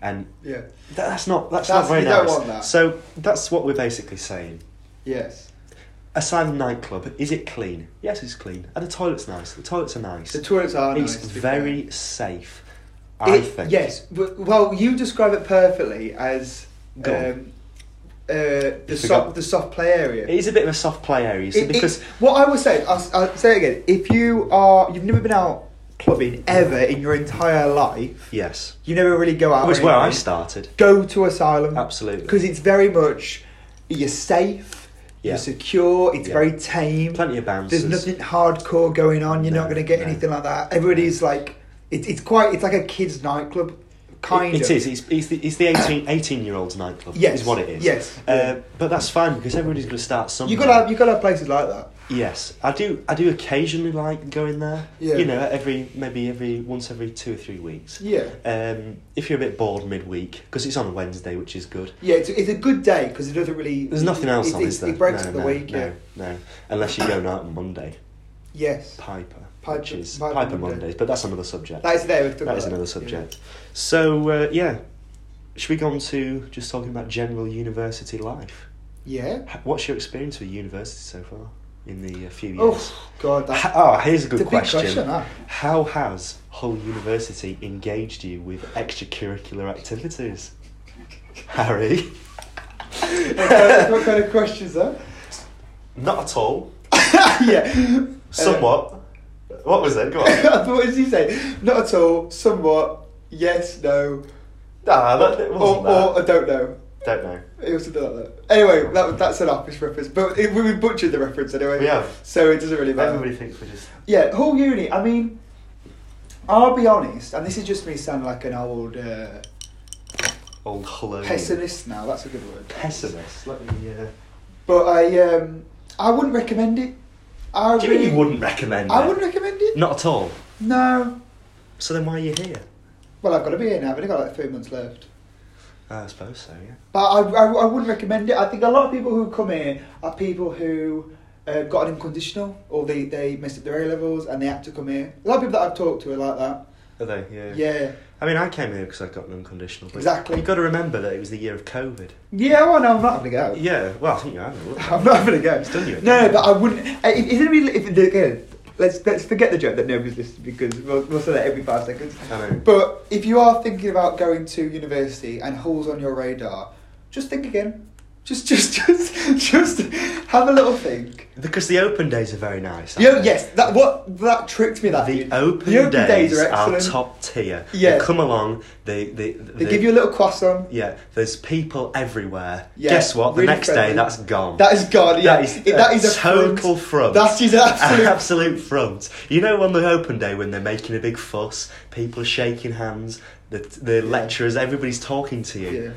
Speaker 2: and
Speaker 1: Yeah.
Speaker 2: that, that's not that's,
Speaker 1: That's-
Speaker 2: not very
Speaker 1: you
Speaker 2: nice.
Speaker 1: don't want that.
Speaker 2: So that's what we're basically saying.
Speaker 1: Yes.
Speaker 2: Asylum nightclub, is it clean? Yes, it's clean. And the toilet's nice. The toilets are nice.
Speaker 1: The toilets are
Speaker 2: it's
Speaker 1: nice. to be fair.
Speaker 2: very safe. I
Speaker 1: It-
Speaker 2: think.
Speaker 1: Yes. W- Well, you describe it perfectly as
Speaker 2: Go on.
Speaker 1: um, uh, the
Speaker 2: You
Speaker 1: soft
Speaker 2: forgot.
Speaker 1: the soft play area.
Speaker 2: It is a bit of a soft play area, so
Speaker 1: It- it-
Speaker 2: because
Speaker 1: what I would say, I'll, s- I'll say it again. If you are, you've never been out clubbing ever in your entire life.
Speaker 2: yes.
Speaker 1: You never really go out.
Speaker 2: That was
Speaker 1: or
Speaker 2: where I
Speaker 1: anything,
Speaker 2: started.
Speaker 1: Go to asylum.
Speaker 2: Absolutely.
Speaker 1: Because it's very much you're safe.
Speaker 2: Yeah.
Speaker 1: You're secure. It's
Speaker 2: Yeah.
Speaker 1: very tame.
Speaker 2: Plenty of bouncers.
Speaker 1: There's nothing hardcore going on. You're
Speaker 2: No,
Speaker 1: not going to get
Speaker 2: no.
Speaker 1: anything like that. Everybody's like, it's it's quite. It's like a kids' nightclub, kind
Speaker 2: It-
Speaker 1: of.
Speaker 2: It is. It's, it's the, it's the 18, 18 year olds nightclub.
Speaker 1: Yes,
Speaker 2: Is what it is.
Speaker 1: yes.
Speaker 2: Uh, but that's fine because everybody's going to start somewhere.
Speaker 1: You gotta have you gotta have places like that.
Speaker 2: Yes, I do. I do occasionally like going there.
Speaker 1: Yeah.
Speaker 2: You know, every maybe every once every two or three weeks.
Speaker 1: Yeah.
Speaker 2: Um, if you're a bit bored midweek, because it's on a Wednesday, which is good.
Speaker 1: Yeah, it's, it's a good day because it doesn't really.
Speaker 2: There's nothing else
Speaker 1: it,
Speaker 2: on,
Speaker 1: it,
Speaker 2: is there?
Speaker 1: It breaks
Speaker 2: no,
Speaker 1: up the
Speaker 2: no,
Speaker 1: week.
Speaker 2: No,
Speaker 1: yeah.
Speaker 2: no, unless you go out on Monday,
Speaker 1: Yes.
Speaker 2: Piper,
Speaker 1: Piper-
Speaker 2: which is
Speaker 1: Piper
Speaker 2: Piper,
Speaker 1: Monday.
Speaker 2: Mondays, but that's another subject.
Speaker 1: That is there. We've talked
Speaker 2: that
Speaker 1: about
Speaker 2: is another
Speaker 1: yeah.
Speaker 2: subject. So uh, yeah, should we go on to just talking about general university life?
Speaker 1: Yeah.
Speaker 2: H- What's your experience with university so far in the uh, few years?
Speaker 1: Oh God,
Speaker 2: H-
Speaker 1: that,
Speaker 2: oh, here's a good
Speaker 1: it's a big
Speaker 2: question.
Speaker 1: question. huh?
Speaker 2: How has Hull University engaged you with extracurricular activities, Harry?
Speaker 1: what kind of questions, huh?
Speaker 2: Not at all.
Speaker 1: yeah.
Speaker 2: Somewhat. what was it? Go
Speaker 1: Uh,
Speaker 2: on.
Speaker 1: what did he say? Not at all. Somewhat. Yes. No.
Speaker 2: nah, that, it
Speaker 1: Or,
Speaker 2: wasn't
Speaker 1: or I
Speaker 2: that.
Speaker 1: don't know.
Speaker 2: Don't know.
Speaker 1: It was something like that. Anyway, that, that's an office reference, but it, we butchered the reference anyway.
Speaker 2: We have.
Speaker 1: So it doesn't really matter.
Speaker 2: Everybody thinks we're just.
Speaker 1: Yeah, whole uni. I mean, I'll be honest, and this is just me sounding like an old uh,
Speaker 2: Old Hullo.
Speaker 1: pessimist now. That's a good word.
Speaker 2: Pessimist. Let me. Uh...
Speaker 1: But I, um, I wouldn't recommend it. I
Speaker 2: Do you mean
Speaker 1: really
Speaker 2: you wouldn't recommend
Speaker 1: I
Speaker 2: it?
Speaker 1: wouldn't recommend it.
Speaker 2: Not at all.
Speaker 1: No.
Speaker 2: So then why are you here?
Speaker 1: Well, I've got to be here now. I've only got like three months left.
Speaker 2: Ah, I suppose so, yeah.
Speaker 1: But I, I, I wouldn't recommend it. I think a lot of people who come here are people who uh, got an unconditional or they, they messed up their A levels and they had to come here. A lot of people that I've talked to are like that.
Speaker 2: Are they? Yeah.
Speaker 1: Yeah.
Speaker 2: I mean, I came here because I got an unconditional. But
Speaker 1: Exactly.
Speaker 2: You've got to remember that it was the year of COVID.
Speaker 1: Yeah, well, no, I'm not having a go.
Speaker 2: Yeah. Well, I think you have. look.
Speaker 1: I'm not having a go.
Speaker 2: It's done you.
Speaker 1: No, no, but I wouldn't. uh, If, if anybody, if, again, let's let's forget the joke that nobody's listening because we'll, we'll say that every five seconds.
Speaker 2: I know.
Speaker 1: But if you are thinking about going to university and Hull's on your radar, just think again. Just, just, just, just have a little think.
Speaker 2: Because the open days are very nice. aren't
Speaker 1: You know,
Speaker 2: they?
Speaker 1: yes, that what that tricked me. That
Speaker 2: The
Speaker 1: dude.
Speaker 2: open, days, are, top tier.
Speaker 1: Yeah.
Speaker 2: They come along, they, they,
Speaker 1: They give you a little croissant.
Speaker 2: Yeah, there's people everywhere.
Speaker 1: Yeah,
Speaker 2: Guess what? The
Speaker 1: really
Speaker 2: next
Speaker 1: friendly.
Speaker 2: day, that's gone.
Speaker 1: That is God. Yeah,
Speaker 2: That is,
Speaker 1: It- that is a
Speaker 2: total
Speaker 1: front.
Speaker 2: front.
Speaker 1: That is an absolute-
Speaker 2: An absolute front. You know, on the open day when they're making a big fuss, people are shaking hands, the, the lecturers, everybody's talking to you.
Speaker 1: Yeah,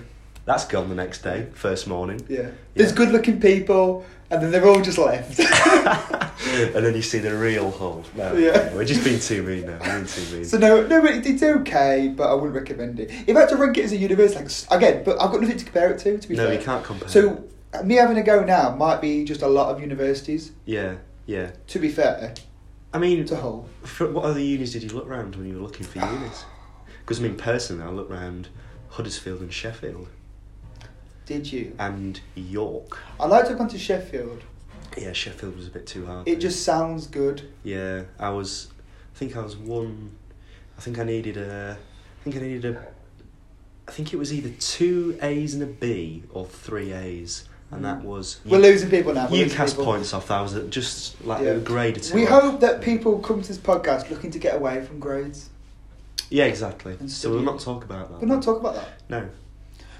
Speaker 2: That's gone the next day, first morning.
Speaker 1: yeah. There's
Speaker 2: Yeah.
Speaker 1: good-looking people, and then they're all just left.
Speaker 2: and then you see the real Hull. No,
Speaker 1: Yeah.
Speaker 2: no, we're just being too mean now. We're being too mean.
Speaker 1: So no, no, it, it's okay, but I wouldn't recommend it. If I had to rank it as a universe, like s- again, but I've got nothing to compare it to. To be
Speaker 2: no,
Speaker 1: fair.
Speaker 2: you can't compare.
Speaker 1: So uh, me having a go now might be just a lot of universities.
Speaker 2: yeah, yeah.
Speaker 1: To be fair,
Speaker 2: I mean,
Speaker 1: to whole.
Speaker 2: For, what other unis did you look round when you were looking for unis? Because I mean, personally, I looked round Huddersfield and Sheffield
Speaker 1: Did you?
Speaker 2: and York.
Speaker 1: I'd like to have gone to Sheffield.
Speaker 2: Yeah, Sheffield was a bit too hard.
Speaker 1: It just sounds good.
Speaker 2: yeah. I was, I think I was one. I think I needed a. I think I needed a. I think it was either two A's and a B or three A's, and that was.
Speaker 1: Mm. We're losing people now. We're
Speaker 2: You
Speaker 1: losing
Speaker 2: cast
Speaker 1: people.
Speaker 2: points off. That was a- just like
Speaker 1: Yeah.
Speaker 2: a grade. or two
Speaker 1: We
Speaker 2: off.
Speaker 1: hope that people come to this podcast looking to get away from grades.
Speaker 2: Yeah, exactly.
Speaker 1: and
Speaker 2: So we'll
Speaker 1: study.
Speaker 2: not talk about that.
Speaker 1: We're not talking about that.
Speaker 2: No.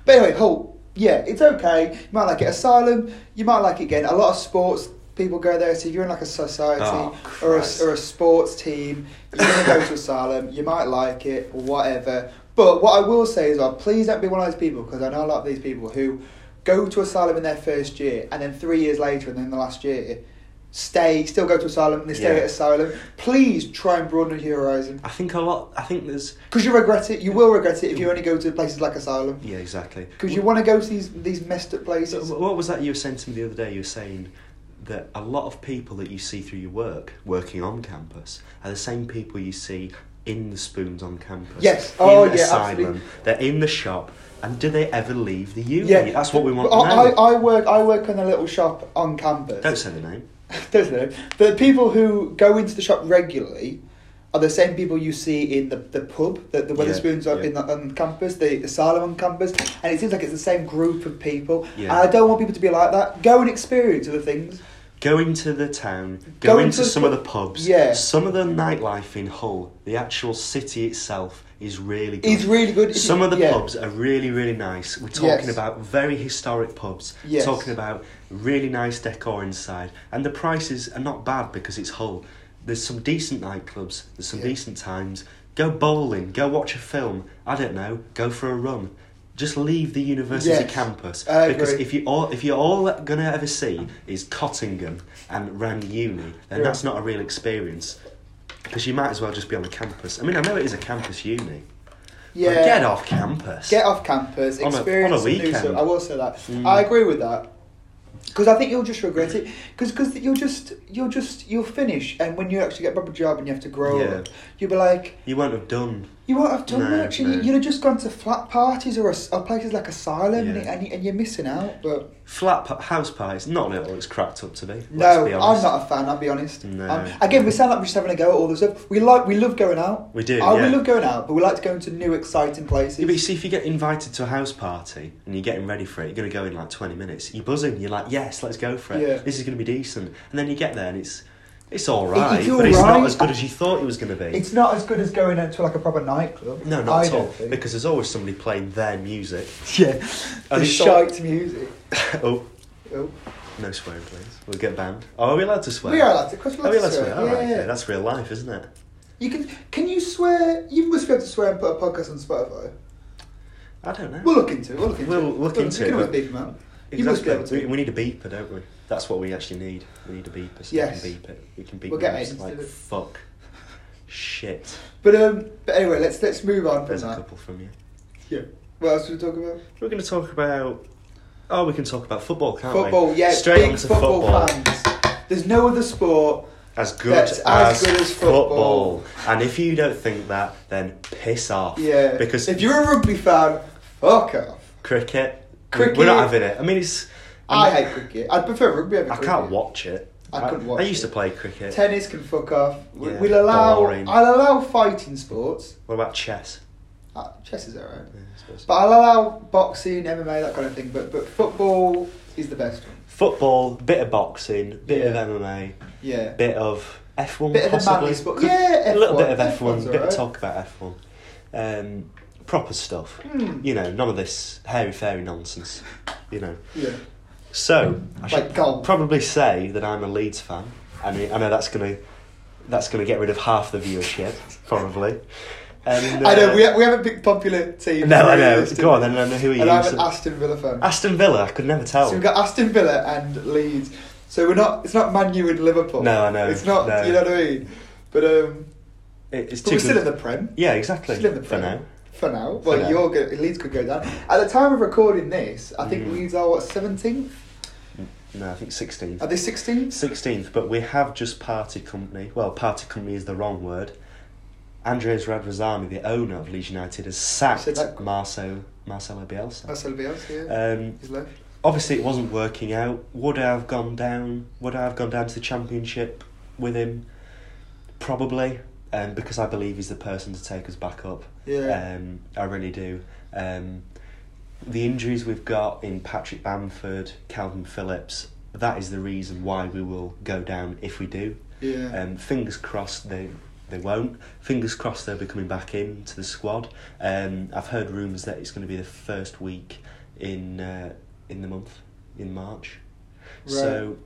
Speaker 1: But anyway, Hull, yeah, it's okay. You might like it. Asylum, you might like it again. A lot of sports people go there. So if you're in like a society
Speaker 2: Oh,
Speaker 1: or, a,
Speaker 2: Christ.
Speaker 1: or a sports team, you're going to go to Asylum. You might like it, whatever. But what I will say is, well, please don't be one of those people because I know a lot of these people who go to Asylum in their first year and then three years later and then the last year stay, still go to Asylum and they stay
Speaker 2: Yeah.
Speaker 1: at Asylum. Please try and broaden your horizon.
Speaker 2: I think a lot. I think there's.
Speaker 1: Because you regret it, you will regret it if you only go to places like Asylum.
Speaker 2: Yeah, exactly.
Speaker 1: Because you want to go to these these messed up
Speaker 2: So
Speaker 1: places.
Speaker 2: wh- what was that you were saying to me the other day? You were saying that a lot of people that you see through your work, working on campus, are the same people you see in the spoons on campus.
Speaker 1: Yes.
Speaker 2: In
Speaker 1: Oh,
Speaker 2: the
Speaker 1: yeah,
Speaker 2: asylum.
Speaker 1: absolutely.
Speaker 2: They're in the shop, and do they ever leave the uni?
Speaker 1: Yeah, Oh,
Speaker 2: That's what we want.
Speaker 1: I,
Speaker 2: to know.
Speaker 1: I, I work. I work in a little shop on campus.
Speaker 2: Don't say the name.
Speaker 1: Don't say that. The people who go into the shop regularly are the same people you see in the, the pub, the, the
Speaker 2: Yeah,
Speaker 1: Weatherspoons up
Speaker 2: yeah.
Speaker 1: in the, on campus, the asylum on campus, and it seems like it's the same group of people.
Speaker 2: Yeah.
Speaker 1: And I don't want people to be like that. Go and experience other things.
Speaker 2: Go into the town.
Speaker 1: Go
Speaker 2: Go,
Speaker 1: into
Speaker 2: into
Speaker 1: the
Speaker 2: some
Speaker 1: pub-
Speaker 2: of the pubs.
Speaker 1: Yeah.
Speaker 2: Some of the nightlife in Hull, the actual city itself, is really good.
Speaker 1: It's really good.
Speaker 2: Some of the
Speaker 1: Yeah.
Speaker 2: pubs are really, really nice. We're talking
Speaker 1: Yes.
Speaker 2: about very historic pubs.
Speaker 1: Yes.
Speaker 2: Talking about really nice decor inside, and the prices are not bad because it's Hull. There's some decent nightclubs. There's some
Speaker 1: Yeah.
Speaker 2: decent times. Go bowling. Go watch a film. I don't know. Go for a run. Just leave the university
Speaker 1: Yes.
Speaker 2: campus
Speaker 1: I
Speaker 2: because
Speaker 1: agree.
Speaker 2: if you all if you're all gonna ever see is Cottingham and round uni, then
Speaker 1: Yeah.
Speaker 2: that's not a real experience. Because you might as well just be on the campus. I mean, I know it is a campus uni.
Speaker 1: Yeah.
Speaker 2: But get off campus.
Speaker 1: Get off campus,
Speaker 2: On a- on a
Speaker 1: experience some new
Speaker 2: weekend. Hmm.
Speaker 1: stuff. I will say that. I agree with that. Because I think you'll just regret it. Because you'll just you'll just you'll finish, and when you actually get a proper job and you have to grow
Speaker 2: Yeah.
Speaker 1: up, you'll be like,
Speaker 2: You won't have done.
Speaker 1: you won't have done
Speaker 2: No,
Speaker 1: much, and
Speaker 2: no.
Speaker 1: you- you'll have just gone to flat parties or, as- or places like Asylum, and
Speaker 2: Yeah.
Speaker 1: and, you- and you're missing out. But
Speaker 2: Flat pa- house parties, not what it looks cracked up to be.
Speaker 1: no, I'm not a fan. I'll be honest.
Speaker 2: No.
Speaker 1: Um, again, we sound like we're just having a go at all this stuff. We like we love going out.
Speaker 2: We do,
Speaker 1: Oh,
Speaker 2: yeah.
Speaker 1: we love going out, but we like to go into new exciting places.
Speaker 2: Yeah, but you see, if you get invited to a house party and you're getting ready for it, you're going to go in like 20 minutes. You're buzzing. You're like, yes, let's go for it.
Speaker 1: Yeah.
Speaker 2: This is going to be decent. And then you get there and it's it's all
Speaker 1: It- it's
Speaker 2: right,
Speaker 1: all
Speaker 2: but it's
Speaker 1: right.
Speaker 2: not as good as you thought it was going to be.
Speaker 1: It's not as good as going out to like a proper nightclub.
Speaker 2: no, not
Speaker 1: I
Speaker 2: at
Speaker 1: don't
Speaker 2: all.
Speaker 1: think.
Speaker 2: Because there's always somebody playing their music.
Speaker 1: Yeah,
Speaker 2: And
Speaker 1: the
Speaker 2: it's all-
Speaker 1: shite music.
Speaker 2: oh,
Speaker 1: Oh.
Speaker 2: no swearing, please. We'll get banned. Oh, are we allowed to swear?
Speaker 1: We are allowed to. Of course, we're
Speaker 2: Are we
Speaker 1: allowed
Speaker 2: allowed to
Speaker 1: swear.
Speaker 2: swear? All oh, right,
Speaker 1: yeah.
Speaker 2: okay, that's real life, isn't it?
Speaker 1: you can. Can you swear? You must be able to swear and put a podcast on Spotify.
Speaker 2: I don't know.
Speaker 1: We'll look into it. We'll look into
Speaker 2: We'll
Speaker 1: it.
Speaker 2: look
Speaker 1: Well, we
Speaker 2: into it,
Speaker 1: Can always
Speaker 2: but-
Speaker 1: beep 'em out. You must be
Speaker 2: Exactly.
Speaker 1: able to.
Speaker 2: We, we need a beeper, don't we? That's what we actually need. We need a beeper so
Speaker 1: Yes.
Speaker 2: we can beep it. We can beep
Speaker 1: We'll
Speaker 2: it.
Speaker 1: get
Speaker 2: It's
Speaker 1: Aiden to
Speaker 2: like
Speaker 1: do it.
Speaker 2: fuck, shit.
Speaker 1: But um. But anyway, let's let's move on from
Speaker 2: There's a
Speaker 1: that.
Speaker 2: couple from you.
Speaker 1: Yeah. What else should we talk about?
Speaker 2: We're going to talk about. Oh, we can talk about football, can't we?
Speaker 1: Football. Yeah.
Speaker 2: Straight
Speaker 1: big
Speaker 2: onto
Speaker 1: football,
Speaker 2: football.
Speaker 1: fans. There's no other sport.
Speaker 2: As good
Speaker 1: That's
Speaker 2: as,
Speaker 1: as good as football.
Speaker 2: football. And if you don't think that, then piss off.
Speaker 1: Yeah.
Speaker 2: Because
Speaker 1: if you're a rugby fan, fuck off.
Speaker 2: cricket,
Speaker 1: Cricket-
Speaker 2: we're not having it. I mean, it's.
Speaker 1: I hate cricket. I prefer rugby over
Speaker 2: I
Speaker 1: cricket.
Speaker 2: can't watch it.
Speaker 1: I couldn't watch
Speaker 2: I used
Speaker 1: it.
Speaker 2: to play cricket.
Speaker 1: Tennis can fuck off. We-
Speaker 2: Yeah,
Speaker 1: we'll allow.
Speaker 2: boring.
Speaker 1: I'll allow fighting sports.
Speaker 2: What about chess?
Speaker 1: Uh, chess is alright.
Speaker 2: Yeah, I suppose.
Speaker 1: But I'll allow boxing, MMA, that kind of thing. But but football, is the best one.
Speaker 2: Football, bit of boxing, bit
Speaker 1: Yeah.
Speaker 2: of MMA,
Speaker 1: Yeah.
Speaker 2: bit of F1
Speaker 1: Bit of the
Speaker 2: possibly.
Speaker 1: manly sport- yeah,
Speaker 2: a little
Speaker 1: F1,
Speaker 2: bit of F1,
Speaker 1: F1's
Speaker 2: bit
Speaker 1: alright.
Speaker 2: of talk about F1. Um, proper stuff.
Speaker 1: Hmm.
Speaker 2: You know, none of this hairy fairy nonsense. You know.
Speaker 1: Yeah.
Speaker 2: So, I should
Speaker 1: Like golf.
Speaker 2: probably say that I'm a Leeds fan. I mean, I know that's going to that's going to get rid of half the viewership, probably. And,
Speaker 1: I know
Speaker 2: uh,
Speaker 1: we, ha- we haven't picked popular teams.
Speaker 2: No, I
Speaker 1: for
Speaker 2: know.
Speaker 1: this, did
Speaker 2: Go on
Speaker 1: we?
Speaker 2: then, then who are you?
Speaker 1: And I'm an
Speaker 2: So-
Speaker 1: Aston Villa fan.
Speaker 2: Aston Villa, I could never tell.
Speaker 1: So we've got Aston Villa and Leeds. So we're not. It's not Man U and Liverpool.
Speaker 2: No, I know,
Speaker 1: It's not.
Speaker 2: no.
Speaker 1: You know what I mean? But um,
Speaker 2: It- it's
Speaker 1: but
Speaker 2: too
Speaker 1: we're still
Speaker 2: good-
Speaker 1: in the Prem.
Speaker 2: Yeah, exactly.
Speaker 1: Still in the
Speaker 2: for
Speaker 1: Prem.
Speaker 2: now.
Speaker 1: For now,
Speaker 2: For
Speaker 1: well,
Speaker 2: now.
Speaker 1: you're good. Leeds could go down. At the time of recording this, I think
Speaker 2: Mm.
Speaker 1: Leeds are what 17th?
Speaker 2: No, I think 16th.
Speaker 1: Are they 16th?
Speaker 2: 16th, but we have just party company. Well, party company is the wrong word. Andres Radrazami, the owner of Leeds United, has sacked
Speaker 1: Said that-
Speaker 2: Marcel, Marcelo Bielsa.
Speaker 1: That's somebody else. Yeah.
Speaker 2: Um,
Speaker 1: He's left.
Speaker 2: obviously, it wasn't working out. Would I have gone down? Would I have gone down to the Championship with him? Probably, um, because I believe he's the person to take us back up.
Speaker 1: Yeah.
Speaker 2: Um, I really do. Um, the injuries we've got in Patrick Bamford, Calvin Phillips, that is the reason why we will go down if we do.
Speaker 1: Yeah.
Speaker 2: Um, fingers crossed they they won't. Fingers crossed they'll be coming back in to the squad. Um, I've heard rumours that it's going to be the first week in uh, in the month in March. So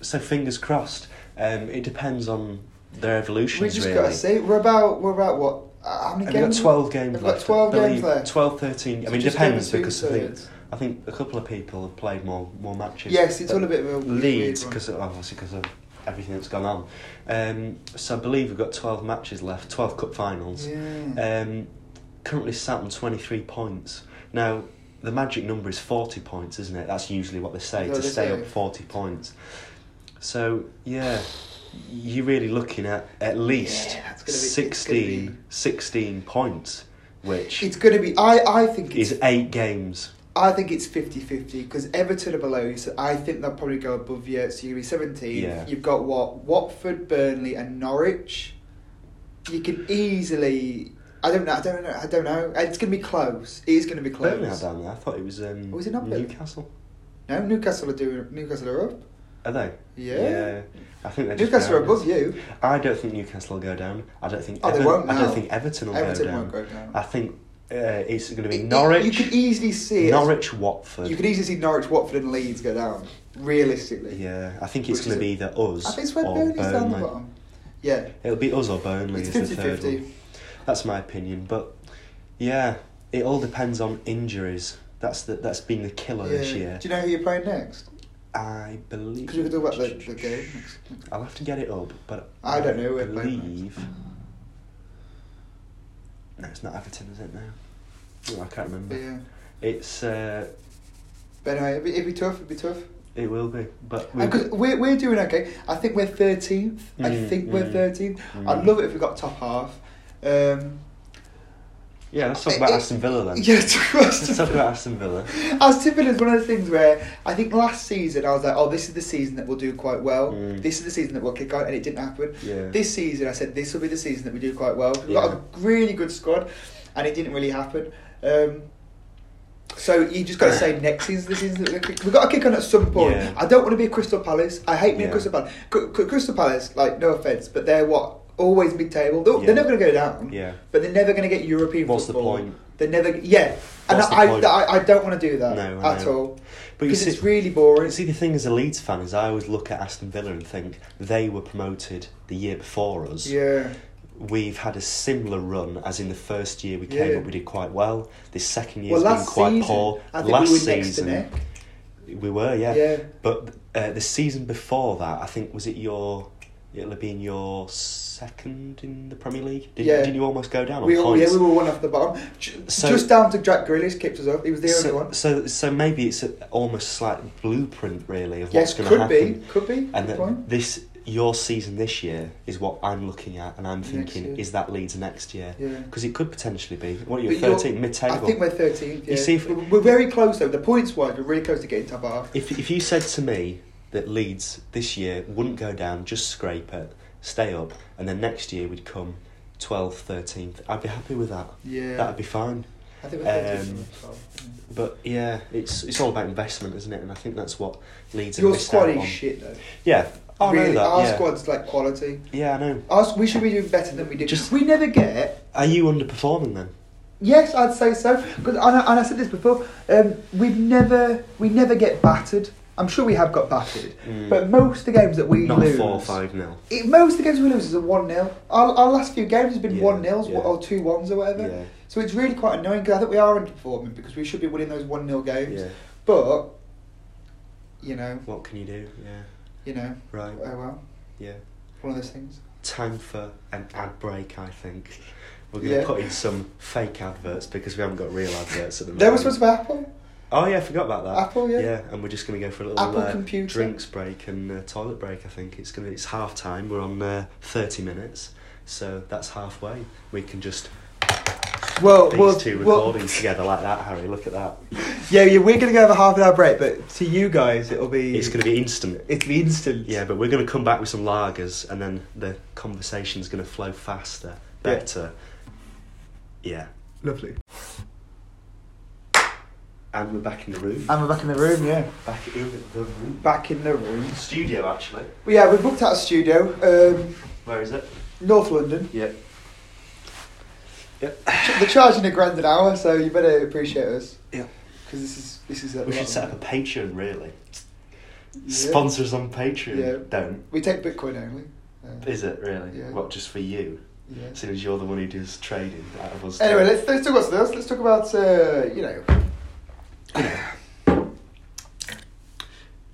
Speaker 2: so fingers crossed. Um, it depends on their evolution.
Speaker 1: we just
Speaker 2: really.
Speaker 1: gotta see. We're about. We're about what? Uh, how many
Speaker 2: I've got
Speaker 1: games?
Speaker 2: 12 games
Speaker 1: We've got
Speaker 2: left.
Speaker 1: 12
Speaker 2: I
Speaker 1: games
Speaker 2: believe
Speaker 1: left.
Speaker 2: 12, 13. I
Speaker 1: So
Speaker 2: mean, it
Speaker 1: just over
Speaker 2: depends
Speaker 1: two
Speaker 2: because I think,
Speaker 1: thirds.
Speaker 2: I think a couple of people have played more more matches.
Speaker 1: Yes, it's
Speaker 2: But
Speaker 1: all a bit of a weird
Speaker 2: Leeds,
Speaker 1: one.
Speaker 2: because obviously because of everything that's gone on. Um, so I believe we've got 12 matches left, 12 cup finals.
Speaker 1: Yeah.
Speaker 2: Um, currently sat on 23 points. Now, the magic number is 40 points, isn't it? That's usually what they say,
Speaker 1: Yeah,
Speaker 2: to
Speaker 1: they
Speaker 2: stay
Speaker 1: say.
Speaker 2: up 40 points. So, yeah, you're really looking at at least
Speaker 1: Yeah, it's gonna be- it's
Speaker 2: 16,
Speaker 1: gonna be-
Speaker 2: 16 points, which
Speaker 1: it's gonna be. I. I think it's
Speaker 2: is eight games.
Speaker 1: I think it's 50-50 because Everton are below you, so I think they'll probably go above you. So you'll be 17.
Speaker 2: Yeah.
Speaker 1: You've got what? Watford, Burnley, and Norwich. You can easily. I don't know. I don't know. I don't know. It's going to be close. It is going to be close.
Speaker 2: Burnley are down there. I thought it was, um,
Speaker 1: Oh, is it not Burnley?
Speaker 2: Newcastle.
Speaker 1: No, Newcastle are doing. Newcastle are up.
Speaker 2: Are they?
Speaker 1: Yeah.
Speaker 2: I think they're just
Speaker 1: Newcastle are
Speaker 2: behind us.
Speaker 1: above you.
Speaker 2: I don't think Newcastle will go down. I don't think.
Speaker 1: Oh, they
Speaker 2: Ever-
Speaker 1: won't
Speaker 2: I don't
Speaker 1: now.
Speaker 2: think Everton will
Speaker 1: Everton
Speaker 2: go down.
Speaker 1: won't go down.
Speaker 2: I think uh, it's going to be
Speaker 1: It- it-
Speaker 2: Norwich.
Speaker 1: You could easily see it.
Speaker 2: Norwich, Watford.
Speaker 1: You could easily see Norwich, Watford, and Leeds go down. Realistically.
Speaker 2: Yeah, I think it's
Speaker 1: Which
Speaker 2: going to be
Speaker 1: is
Speaker 2: either us
Speaker 1: I think it's
Speaker 2: or
Speaker 1: where Burnley's down the
Speaker 2: Burnley.
Speaker 1: bottom. Yeah.
Speaker 2: It'll be us or Burnley.
Speaker 1: It's
Speaker 2: is the third
Speaker 1: 50-50.
Speaker 2: one. That's my opinion, but yeah, it all depends on injuries. That's the, that's been the killer this
Speaker 1: Yeah.
Speaker 2: year.
Speaker 1: Do you know who you're playing next?
Speaker 2: I believe.
Speaker 1: Because we could talk about the, the game next.
Speaker 2: I'll have to get it up, but
Speaker 1: I don't know where Burnley is.
Speaker 2: believe. No, it's not Everton, is it now? Oh, I can't remember.
Speaker 1: But yeah.
Speaker 2: It's uh,
Speaker 1: But anyway, it'd be, it'd be tough. It'd be tough.
Speaker 2: it will be, but we-
Speaker 1: Because we're, we're doing okay. I think we're 13th. I
Speaker 2: Mm,
Speaker 1: think we're
Speaker 2: mm,
Speaker 1: 13th. I'd
Speaker 2: mm.
Speaker 1: love it if we got top half. Um,
Speaker 2: yeah, let's talk about
Speaker 1: it-
Speaker 2: Aston Villa then.
Speaker 1: yeah, to
Speaker 2: Let's talk about Aston Villa.
Speaker 1: Aston Villa is one of the things where I think last season I was like, oh, this is the season that we'll do quite well.
Speaker 2: Mm.
Speaker 1: This is the season that we'll kick on, and it didn't happen.
Speaker 2: Yeah.
Speaker 1: This season I said this will be the season that we do quite well. We've
Speaker 2: Yeah.
Speaker 1: got a really good squad, and it didn't really happen. Um, so you just got to say next season, the season that we're kick- we've got to kick on at some point.
Speaker 2: Yeah.
Speaker 1: I don't want to be a Crystal Palace. I hate being
Speaker 2: Yeah.
Speaker 1: Crystal Palace. C- C- Crystal Palace, like no offense, but they're what always mid table. They're,
Speaker 2: Yeah.
Speaker 1: they're never going to go down.
Speaker 2: Yeah.
Speaker 1: But they're never going to get European
Speaker 2: What's the
Speaker 1: football.
Speaker 2: point?
Speaker 1: They're never. Yeah. And
Speaker 2: What's the
Speaker 1: I,
Speaker 2: point?
Speaker 1: I, I don't want to do that
Speaker 2: No, I
Speaker 1: at
Speaker 2: know.
Speaker 1: all.
Speaker 2: But you
Speaker 1: Because
Speaker 2: see-
Speaker 1: it's really boring.
Speaker 2: But see, the thing as a Leeds fan is I always look at Aston Villa and think they were promoted the year before us.
Speaker 1: Yeah.
Speaker 2: We've had a similar run as in the first year we came
Speaker 1: Yeah.
Speaker 2: up, we did quite well. This second year
Speaker 1: Well,
Speaker 2: has been
Speaker 1: last
Speaker 2: quite
Speaker 1: season,
Speaker 2: poor.
Speaker 1: I think
Speaker 2: last
Speaker 1: we were next
Speaker 2: season,
Speaker 1: to neck.
Speaker 2: we were, yeah.
Speaker 1: Yeah.
Speaker 2: But uh, the season before that, I think was it your. It'll have been your second in the Premier League. Did,
Speaker 1: Yeah.
Speaker 2: did you almost go down on
Speaker 1: We, all,
Speaker 2: points?
Speaker 1: yeah, we were one off the bottom. J-
Speaker 2: So-
Speaker 1: Just down to Jack Grealish kept us up. He was the only
Speaker 2: so,
Speaker 1: one.
Speaker 2: so, so maybe it's a, almost slight blueprint, really, of
Speaker 1: Yes,
Speaker 2: what's going to
Speaker 1: could
Speaker 2: happen.
Speaker 1: be. Could be. Good
Speaker 2: And that
Speaker 1: point.
Speaker 2: this your season this year is what I'm looking at, and I'm
Speaker 1: Next
Speaker 2: thinking,
Speaker 1: year.
Speaker 2: is that Leeds next year?
Speaker 1: Yeah.
Speaker 2: Because it could potentially be. What are
Speaker 1: But
Speaker 2: you,
Speaker 1: you're-
Speaker 2: 13, mid
Speaker 1: I think we're
Speaker 2: table?
Speaker 1: 13th. Yeah.
Speaker 2: You see if-
Speaker 1: we're, we're very close though. The points wise, we're really close to getting top half.
Speaker 2: If, if you said to me that Leeds this year wouldn't go down, just scrape it, stay up, and then next year we'd come 12th, 13th, I'd be happy with that.
Speaker 1: Yeah.
Speaker 2: That'd be fine.
Speaker 1: I think we had
Speaker 2: Um,
Speaker 1: um,
Speaker 2: But yeah, it's it's all about investment, isn't it? And I think that's what leads.
Speaker 1: Your squad is shit though.
Speaker 2: Yeah, Oh, I
Speaker 1: really,
Speaker 2: know that.
Speaker 1: Oh, our
Speaker 2: yeah.
Speaker 1: squad's like quality.
Speaker 2: Yeah, I know.
Speaker 1: Us, we should be doing better than we do.
Speaker 2: Just-
Speaker 1: we never get.
Speaker 2: Are you underperforming then?
Speaker 1: Yes, I'd say so. 'Cause- and, I, and I said this before. Um, we've never, we never get battered. I'm sure we have got battered,
Speaker 2: Mm.
Speaker 1: but most of the games that we
Speaker 2: Not
Speaker 1: lose,
Speaker 2: four five nil.
Speaker 1: It, most of the games we lose is a 1 0. Our, our last few games has been
Speaker 2: Yeah,
Speaker 1: 1 nils
Speaker 2: yeah.
Speaker 1: or 2 1s or whatever.
Speaker 2: Yeah.
Speaker 1: So it's really quite annoying because I think we are underperforming because we should be winning those 1 0 games.
Speaker 2: Yeah.
Speaker 1: But, you know,
Speaker 2: What can you do? Yeah.
Speaker 1: you know,
Speaker 2: Right.
Speaker 1: oh well,
Speaker 2: Yeah.
Speaker 1: one of those things.
Speaker 2: Time for an ad break, I think. We're gonna
Speaker 1: Yeah.
Speaker 2: put in some fake adverts because we haven't got real adverts at the moment.
Speaker 1: They were supposed to be Apple.
Speaker 2: Oh yeah, I forgot about that.
Speaker 1: Apple, yeah.
Speaker 2: Yeah, and we're just gonna go for a little
Speaker 1: Apple
Speaker 2: uh,
Speaker 1: computer.
Speaker 2: drinks break and uh, toilet break. I think it's gonna it's half time. We're on uh, thirty minutes, so that's halfway. We can just
Speaker 1: Well,
Speaker 2: these
Speaker 1: well,
Speaker 2: two
Speaker 1: well,
Speaker 2: recordings together like that, Harry. Look at that.
Speaker 1: yeah, yeah, we're going to go have a half an hour break, but to you guys, it'll be.
Speaker 2: It's gonna be instant.
Speaker 1: It'll be instant.
Speaker 2: Yeah, but we're going to come back with some lagers, and then the conversation's going to flow faster,
Speaker 1: Yeah.
Speaker 2: better. Yeah.
Speaker 1: Lovely.
Speaker 2: And we're back in the room.
Speaker 1: And we're back in the room, yeah.
Speaker 2: back in the room.
Speaker 1: Back in the room.
Speaker 2: Studio, actually.
Speaker 1: Well, yeah, we booked out a studio, um,
Speaker 2: Where is it?
Speaker 1: North London.
Speaker 2: Yep. Yep.
Speaker 1: They're charging a grand an hour, so you better appreciate us.
Speaker 2: Yeah.
Speaker 1: Because this is this is. A
Speaker 2: We
Speaker 1: lot
Speaker 2: should
Speaker 1: of
Speaker 2: set up a
Speaker 1: money.
Speaker 2: Patreon, really.
Speaker 1: Yeah.
Speaker 2: Sponsor us on Patreon.
Speaker 1: Yeah.
Speaker 2: Don't.
Speaker 1: We take Bitcoin only. Uh,
Speaker 2: Is it really?
Speaker 1: Yeah.
Speaker 2: What, just for you?
Speaker 1: Yeah.
Speaker 2: Seeing as you're the one who does trading out of us.
Speaker 1: Anyway, let's let's talk about something else. Let's talk about uh, you know.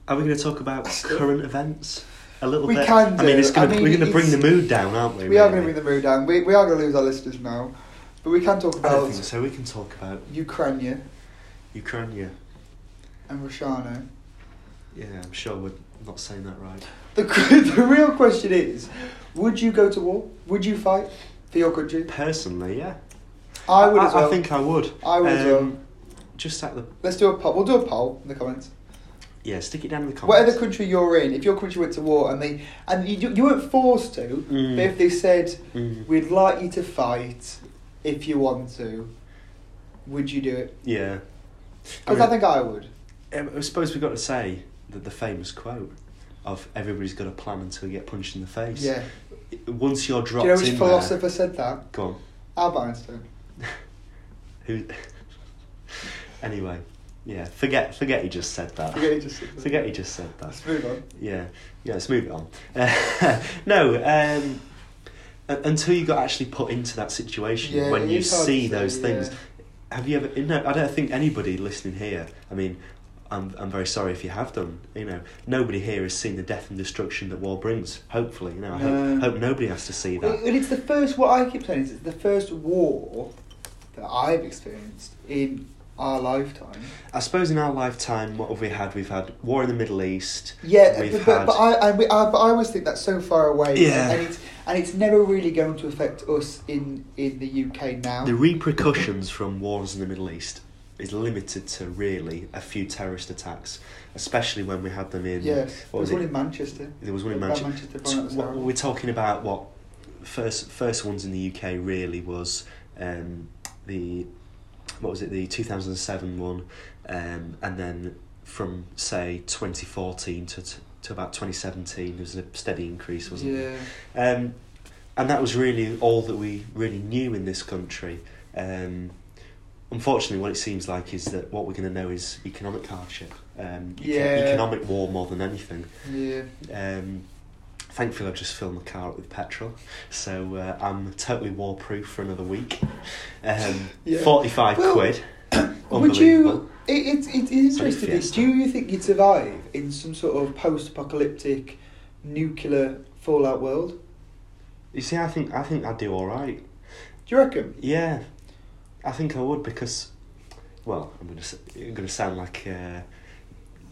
Speaker 2: Are we going to talk about current events a little
Speaker 1: We
Speaker 2: bit?
Speaker 1: can
Speaker 2: I mean,
Speaker 1: do.
Speaker 2: it's
Speaker 1: I
Speaker 2: gonna,
Speaker 1: mean,
Speaker 2: we're going to bring the
Speaker 1: it's-
Speaker 2: mood down, aren't we?
Speaker 1: We are
Speaker 2: really?
Speaker 1: going to bring the mood down. We we are going to lose our listeners now, but we can talk
Speaker 2: I don't
Speaker 1: about
Speaker 2: think so. We can talk about
Speaker 1: Ukraine
Speaker 2: Ukraine.
Speaker 1: and Roshano.
Speaker 2: Yeah, I'm sure we're not saying that right.
Speaker 1: The the real question is, would you go to war? Would you fight for your country?
Speaker 2: Personally, yeah.
Speaker 1: I would as well.
Speaker 2: I think I would. Um,
Speaker 1: I would as well.
Speaker 2: Just at the
Speaker 1: Let's do a poll. We'll do a poll in the comments.
Speaker 2: yeah, stick it down in the comments.
Speaker 1: Whatever country you're in, if your country went to war and they and you, you weren't forced to,
Speaker 2: Mm.
Speaker 1: but if they said
Speaker 2: Mm.
Speaker 1: we'd like you to fight if you want to, would you do it?
Speaker 2: Yeah.
Speaker 1: Because I,
Speaker 2: mean,
Speaker 1: think I would.
Speaker 2: um, I suppose we've got to say that the famous quote of "Everybody's got a plan until you get punched in the face."
Speaker 1: Yeah.
Speaker 2: Once you're
Speaker 1: Do you
Speaker 2: dropped
Speaker 1: know which
Speaker 2: in
Speaker 1: philosopher
Speaker 2: there.
Speaker 1: said that?
Speaker 2: Go on.
Speaker 1: Albert Einstein.
Speaker 2: Who? anyway, yeah. Forget. Forget he just said that.
Speaker 1: Forget he just said that.
Speaker 2: Forget he just said that.
Speaker 1: Let's move on.
Speaker 2: Yeah, yeah. Let's move it on. Uh, no, um, u- until you got actually put into that situation
Speaker 1: Yeah,
Speaker 2: when
Speaker 1: it
Speaker 2: you
Speaker 1: is hard
Speaker 2: see
Speaker 1: to say,
Speaker 2: those things.
Speaker 1: yeah.
Speaker 2: Have you ever? No, I don't think anybody listening here. I mean, I'm I'm very sorry if you have done. You know, nobody here has seen the death and destruction that war brings. Hopefully, you know, I
Speaker 1: No.
Speaker 2: hope, hope nobody has to see
Speaker 1: Well,
Speaker 2: that.
Speaker 1: it's the first. What I keep saying is it's the first war that I've experienced in our lifetime.
Speaker 2: I suppose in our lifetime, what have we had? We've had war in the Middle East.
Speaker 1: Yeah,
Speaker 2: We've
Speaker 1: but, but,
Speaker 2: had-
Speaker 1: but I, I, we, I but I always think that's so far away.
Speaker 2: Yeah.
Speaker 1: and it's and it's never really going to affect us in in the UK now.
Speaker 2: The repercussions from wars in the Middle East is limited to really a few terrorist attacks, especially when we had them in.
Speaker 1: yes, there
Speaker 2: what was
Speaker 1: was one
Speaker 2: it?
Speaker 1: in Manchester.
Speaker 2: There was one in
Speaker 1: About
Speaker 2: Manchester.
Speaker 1: Manchester, Brian, that's
Speaker 2: What-
Speaker 1: horrible.
Speaker 2: we're talking about what first first ones in the UK really was um, the what was it the two thousand and seven one, um, and then from say twenty fourteen to t- to about twenty seventeen there was a steady increase, wasn't there?
Speaker 1: Yeah,
Speaker 2: Um, and that was really all that we really knew in this country. Um, unfortunately, what it seems like is that what we're going to know is economic hardship, um, eco-
Speaker 1: Yeah.
Speaker 2: economic war more than anything.
Speaker 1: yeah.
Speaker 2: Um, thankfully, I've just filled my car up with petrol, so uh, I'm totally war proof for another week. Um,
Speaker 1: Yeah.
Speaker 2: 45
Speaker 1: Well,
Speaker 2: quid.
Speaker 1: Would
Speaker 2: Unbelievable.
Speaker 1: you? It, it's it's interesting. Is,
Speaker 2: fiesta.
Speaker 1: do you think you'd survive in some sort of post-apocalyptic, nuclear fallout world?
Speaker 2: You see, I think I think I'd do all right.
Speaker 1: Do you reckon?
Speaker 2: Yeah, I think I would because, well, I'm gonna s- I'm gonna sound like uh,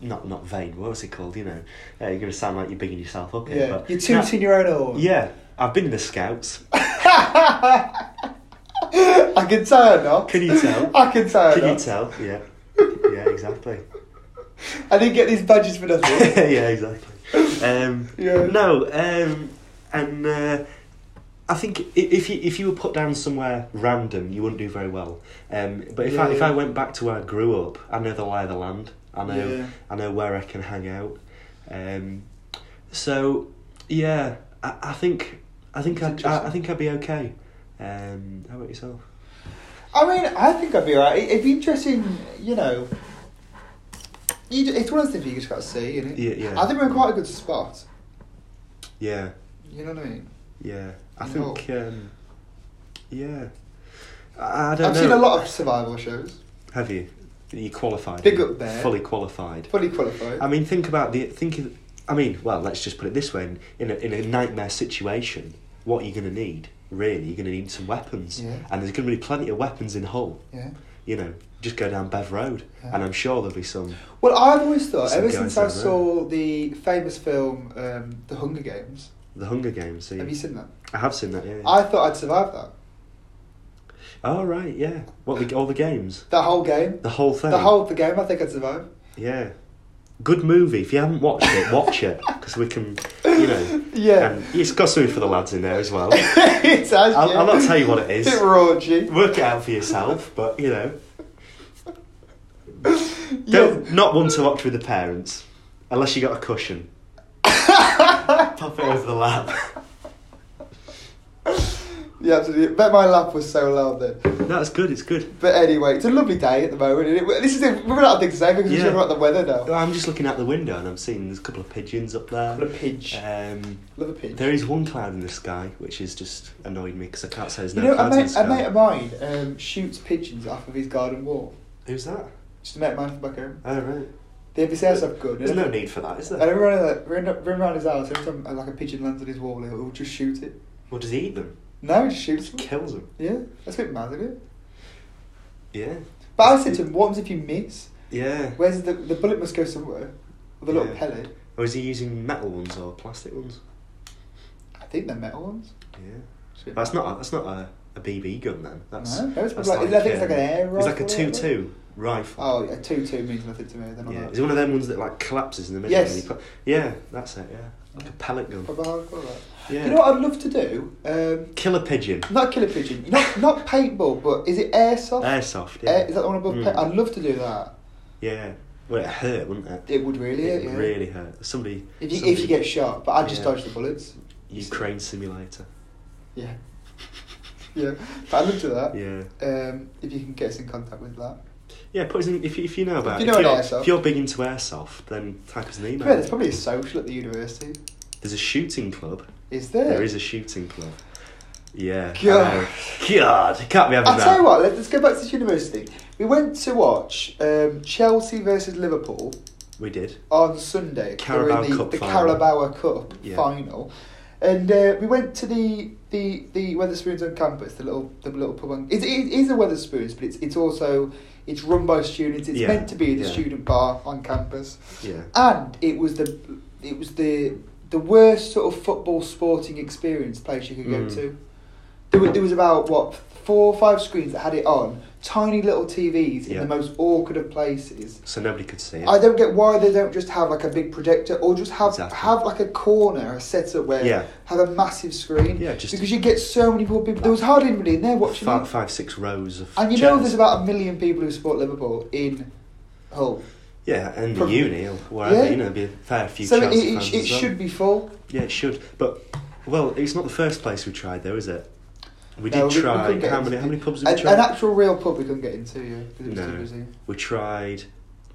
Speaker 2: not not vain. What was it called? You know, uh, you're gonna sound like you're bigging yourself up. here,
Speaker 1: yeah,
Speaker 2: but
Speaker 1: you're tooting your own horn.
Speaker 2: Yeah, I've been in the scouts.
Speaker 1: I can tell not.
Speaker 2: Can you tell?
Speaker 1: I can tell
Speaker 2: Can you
Speaker 1: not.
Speaker 2: tell? Yeah, yeah, exactly.
Speaker 1: I didn't get these badges for nothing.
Speaker 2: yeah, exactly. Um,
Speaker 1: Yeah.
Speaker 2: No, um, and uh, I think i- if you if you were put down somewhere random, you wouldn't do very well. Um, but if I if I
Speaker 1: Yeah.
Speaker 2: went back to where I grew up, I know the lie of the land. I know
Speaker 1: Yeah.
Speaker 2: I know where I can hang out. Um, so yeah, I, I think I think
Speaker 1: It's
Speaker 2: I'd, I, I
Speaker 1: interesting.
Speaker 2: think I'd be okay. Um, how about yourself?
Speaker 1: I mean, I think I'd be alright. It- It'd be interesting, you know. You, ju- it's one of those things you just got to see, innit?
Speaker 2: Yeah, yeah.
Speaker 1: I think we're in quite a good spot.
Speaker 2: Yeah,
Speaker 1: You know what I mean?
Speaker 2: yeah. I
Speaker 1: No.
Speaker 2: think um, yeah. I, I don't
Speaker 1: I've
Speaker 2: know.
Speaker 1: seen a lot of survival shows.
Speaker 2: Have you? You qualified.
Speaker 1: Big up there.
Speaker 2: Fully qualified.
Speaker 1: Fully qualified.
Speaker 2: I mean, think about the think. Of, I mean, well, let's just put it this way: in, in, a, in a nightmare situation, what are you going to need? Really, you're going to need some weapons,
Speaker 1: Yeah.
Speaker 2: and there's going to be plenty of weapons in Hull.
Speaker 1: yeah.
Speaker 2: You know, just go down Bev Road,
Speaker 1: Yeah.
Speaker 2: and I'm sure there'll be some.
Speaker 1: Well, I've always thought,
Speaker 2: Some
Speaker 1: ever
Speaker 2: guys
Speaker 1: since
Speaker 2: out
Speaker 1: I
Speaker 2: there.
Speaker 1: saw the famous film, um, The Hunger Games,
Speaker 2: The Hunger Games. so
Speaker 1: have you seen that?
Speaker 2: I have seen that. Yeah. yeah.
Speaker 1: I thought I'd survive that.
Speaker 2: oh right, yeah. What the, all the games?
Speaker 1: That whole game.
Speaker 2: The whole thing.
Speaker 1: The whole of the game, I think I'd survive.
Speaker 2: Yeah. Good movie. If you haven't watched it, watch it because we can, you know.
Speaker 1: Yeah.
Speaker 2: and it's got something for the lads in there as well.
Speaker 1: it's actually.
Speaker 2: I'll- I'll not tell you what it is.
Speaker 1: Bit raunchy.
Speaker 2: Work it out for yourself, but you know.
Speaker 1: Yes.
Speaker 2: Don't not one to watch with the parents, unless you got a cushion. Pop it over the lap.
Speaker 1: Yeah, absolutely. Bet my laugh was so loud then.
Speaker 2: That's good. It's good.
Speaker 1: But anyway, it's a lovely day at the moment. Isn't it? This is it. We're out of things to say because
Speaker 2: Yeah.
Speaker 1: we're talking about the weather now.
Speaker 2: I'm just looking out the window and I'm seeing there's a couple of pigeons up there.
Speaker 1: Couple of pidge.
Speaker 2: Um,
Speaker 1: Love a pinch.
Speaker 2: there is one cloud in the sky, which has just annoyed me because I can't say there's
Speaker 1: you
Speaker 2: no
Speaker 1: know, a
Speaker 2: clouds in the
Speaker 1: mate,
Speaker 2: sky.
Speaker 1: a mate of mine um, shoots pigeons off of his garden wall.
Speaker 2: Who's that?
Speaker 1: Just a mate of mine from back home.
Speaker 2: Oh right.
Speaker 1: The NPCS are good.
Speaker 2: There's
Speaker 1: isn't
Speaker 2: no
Speaker 1: it?
Speaker 2: need for that, is
Speaker 1: And
Speaker 2: there?
Speaker 1: everyone like, run, run around his house. Every time uh, like a pigeon lands on his wall, he'll just shoot it.
Speaker 2: What does he eat them?
Speaker 1: No, he just shoots
Speaker 2: Just
Speaker 1: them.
Speaker 2: kills them.
Speaker 1: Yeah, that's a bit mad, isn't it?
Speaker 2: Yeah.
Speaker 1: But I said to him, what happens if you miss?
Speaker 2: Yeah.
Speaker 1: Where's the the bullet must go somewhere? With a little
Speaker 2: Yeah.
Speaker 1: pellet.
Speaker 2: Or is he using metal ones or plastic ones?
Speaker 1: I think they're metal ones.
Speaker 2: Yeah.
Speaker 1: Shit.
Speaker 2: That's not a, that's not a, a BB gun then. That's,
Speaker 1: No, no, it's
Speaker 2: that's um,
Speaker 1: like- I think it's like an air
Speaker 2: It's like a
Speaker 1: rifle or
Speaker 2: two
Speaker 1: whatever.
Speaker 2: two rifle.
Speaker 1: Oh, a two two means nothing to me. They're not
Speaker 2: yeah.
Speaker 1: that.
Speaker 2: It's one of them ones that like collapses in the middle.
Speaker 1: Yes.
Speaker 2: and you put- yeah, that's it. Yeah, like a pellet gun.
Speaker 1: Proper hardcore, that.
Speaker 2: Yeah.
Speaker 1: uh, You know what I'd love to do? Um,
Speaker 2: Kill a pigeon.
Speaker 1: not kill a pigeon. Not not paintball, but is it airsoft?
Speaker 2: Airsoft. Yeah.
Speaker 1: Air, is that the one above? um,
Speaker 2: Mm.
Speaker 1: Paint? I'd love to do that.
Speaker 2: Yeah. Well, it hurt, wouldn't it?
Speaker 1: It would really.
Speaker 2: It
Speaker 1: yeah.
Speaker 2: really hurt. Somebody.
Speaker 1: If you, if
Speaker 2: somebody-
Speaker 1: you get shot, but I'd just
Speaker 2: Yeah.
Speaker 1: dodge the bullets.
Speaker 2: Ukraine simulator.
Speaker 1: Yeah. Yeah, but I'd love to do that.
Speaker 2: Yeah.
Speaker 1: Um, if you can get us in contact with that.
Speaker 2: Yeah, put us in, if, you- if you know about
Speaker 1: you
Speaker 2: it,
Speaker 1: know
Speaker 2: if,
Speaker 1: about
Speaker 2: you're,
Speaker 1: airsoft.
Speaker 2: if you're big into airsoft, then type us an email.
Speaker 1: Yeah, there's probably a social at the university.
Speaker 2: There's a shooting club.
Speaker 1: Is there?
Speaker 2: There is a shooting club. Yeah. I
Speaker 1: God.
Speaker 2: know. God, can't be having
Speaker 1: I'll
Speaker 2: that.
Speaker 1: tell you what, let- let's go back to this university. We went to watch um, Chelsea versus Liverpool
Speaker 2: We did.
Speaker 1: on Sunday. They were in
Speaker 2: Carabao
Speaker 1: the,
Speaker 2: Cup
Speaker 1: the
Speaker 2: final.
Speaker 1: Carabao Cup
Speaker 2: Yeah.
Speaker 1: final. And uh, we went to the the the Weatherspoons on campus, the little the little pub. On, it, it is a Weatherspoons, but it's it's also it's run by students. It's
Speaker 2: Yeah,
Speaker 1: meant to be the
Speaker 2: yeah.
Speaker 1: student bar on campus,
Speaker 2: Yeah.
Speaker 1: and it was the it was the the worst sort of football sporting experience place you could
Speaker 2: Mm.
Speaker 1: go to. There was, there was about what four or five screens that had it on, tiny little TVs in
Speaker 2: Yeah.
Speaker 1: the most awkward of places.
Speaker 2: So nobody could see it.
Speaker 1: I don't get why they don't just have like a big projector or just have
Speaker 2: Exactly.
Speaker 1: have like a corner, a setup where
Speaker 2: Yeah.
Speaker 1: have a massive screen.
Speaker 2: Yeah, just-
Speaker 1: because you get so many people. There was hardly anybody in there watching.
Speaker 2: Five,
Speaker 1: it.
Speaker 2: five, six rows of.
Speaker 1: And you know,
Speaker 2: chairs.
Speaker 1: there's about a million people who support Liverpool in Hull.
Speaker 2: Yeah, and the
Speaker 1: Probably.
Speaker 2: uni or wherever,
Speaker 1: Yeah.
Speaker 2: you know, there'd be a fair few
Speaker 1: so it,
Speaker 2: Chelsea
Speaker 1: it,
Speaker 2: fans
Speaker 1: it
Speaker 2: as well.
Speaker 1: should be full.
Speaker 2: Yeah, it should. But, well, it's not the first place we tried, though, is it? We
Speaker 1: No,
Speaker 2: did try.
Speaker 1: couldn't get
Speaker 2: how,
Speaker 1: into
Speaker 2: many, how many
Speaker 1: it.
Speaker 2: pubs
Speaker 1: An,
Speaker 2: did we try?
Speaker 1: an actual real pub we couldn't get into, yeah, because it was too
Speaker 2: no.
Speaker 1: busy.
Speaker 2: We tried.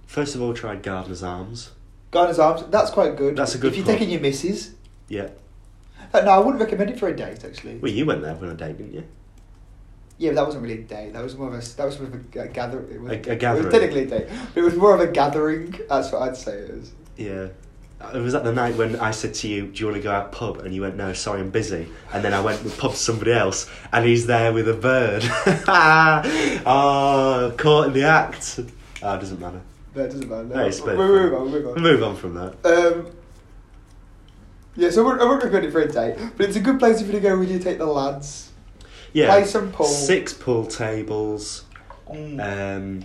Speaker 2: First of all, we tried Gardener's Arms.
Speaker 1: Gardener's Arms, that's quite good.
Speaker 2: That's a good
Speaker 1: If you're
Speaker 2: pub.
Speaker 1: taking your missus.
Speaker 2: Yeah.
Speaker 1: Uh, No, I wouldn't recommend it for a date, actually.
Speaker 2: Well, you went there on a date, didn't you?
Speaker 1: Yeah, but that wasn't really a date. That was more of a that was more of a, a gathering. It was,
Speaker 2: A- a gathering.
Speaker 1: It was technically a date, but it was more of a gathering. That's what I'd say it is.
Speaker 2: Yeah. Uh, Was that the night when I said to you, Do you want to go out pub? And you went, No, sorry, I'm busy. And then I went with pub to somebody else, and he's there with a bird. oh, caught in the act. Oh, it doesn't matter.
Speaker 1: No, it doesn't matter. No,
Speaker 2: No, it's
Speaker 1: we
Speaker 2: been
Speaker 1: we move on. we Move on.
Speaker 2: Move on from that.
Speaker 1: Um, yeah, so I wouldn't, I wouldn't recommend it for a date, but it's a good place if you go when you take the lads.
Speaker 2: Yeah.
Speaker 1: Play some pool.
Speaker 2: Six pool tables,
Speaker 1: Mm.
Speaker 2: um,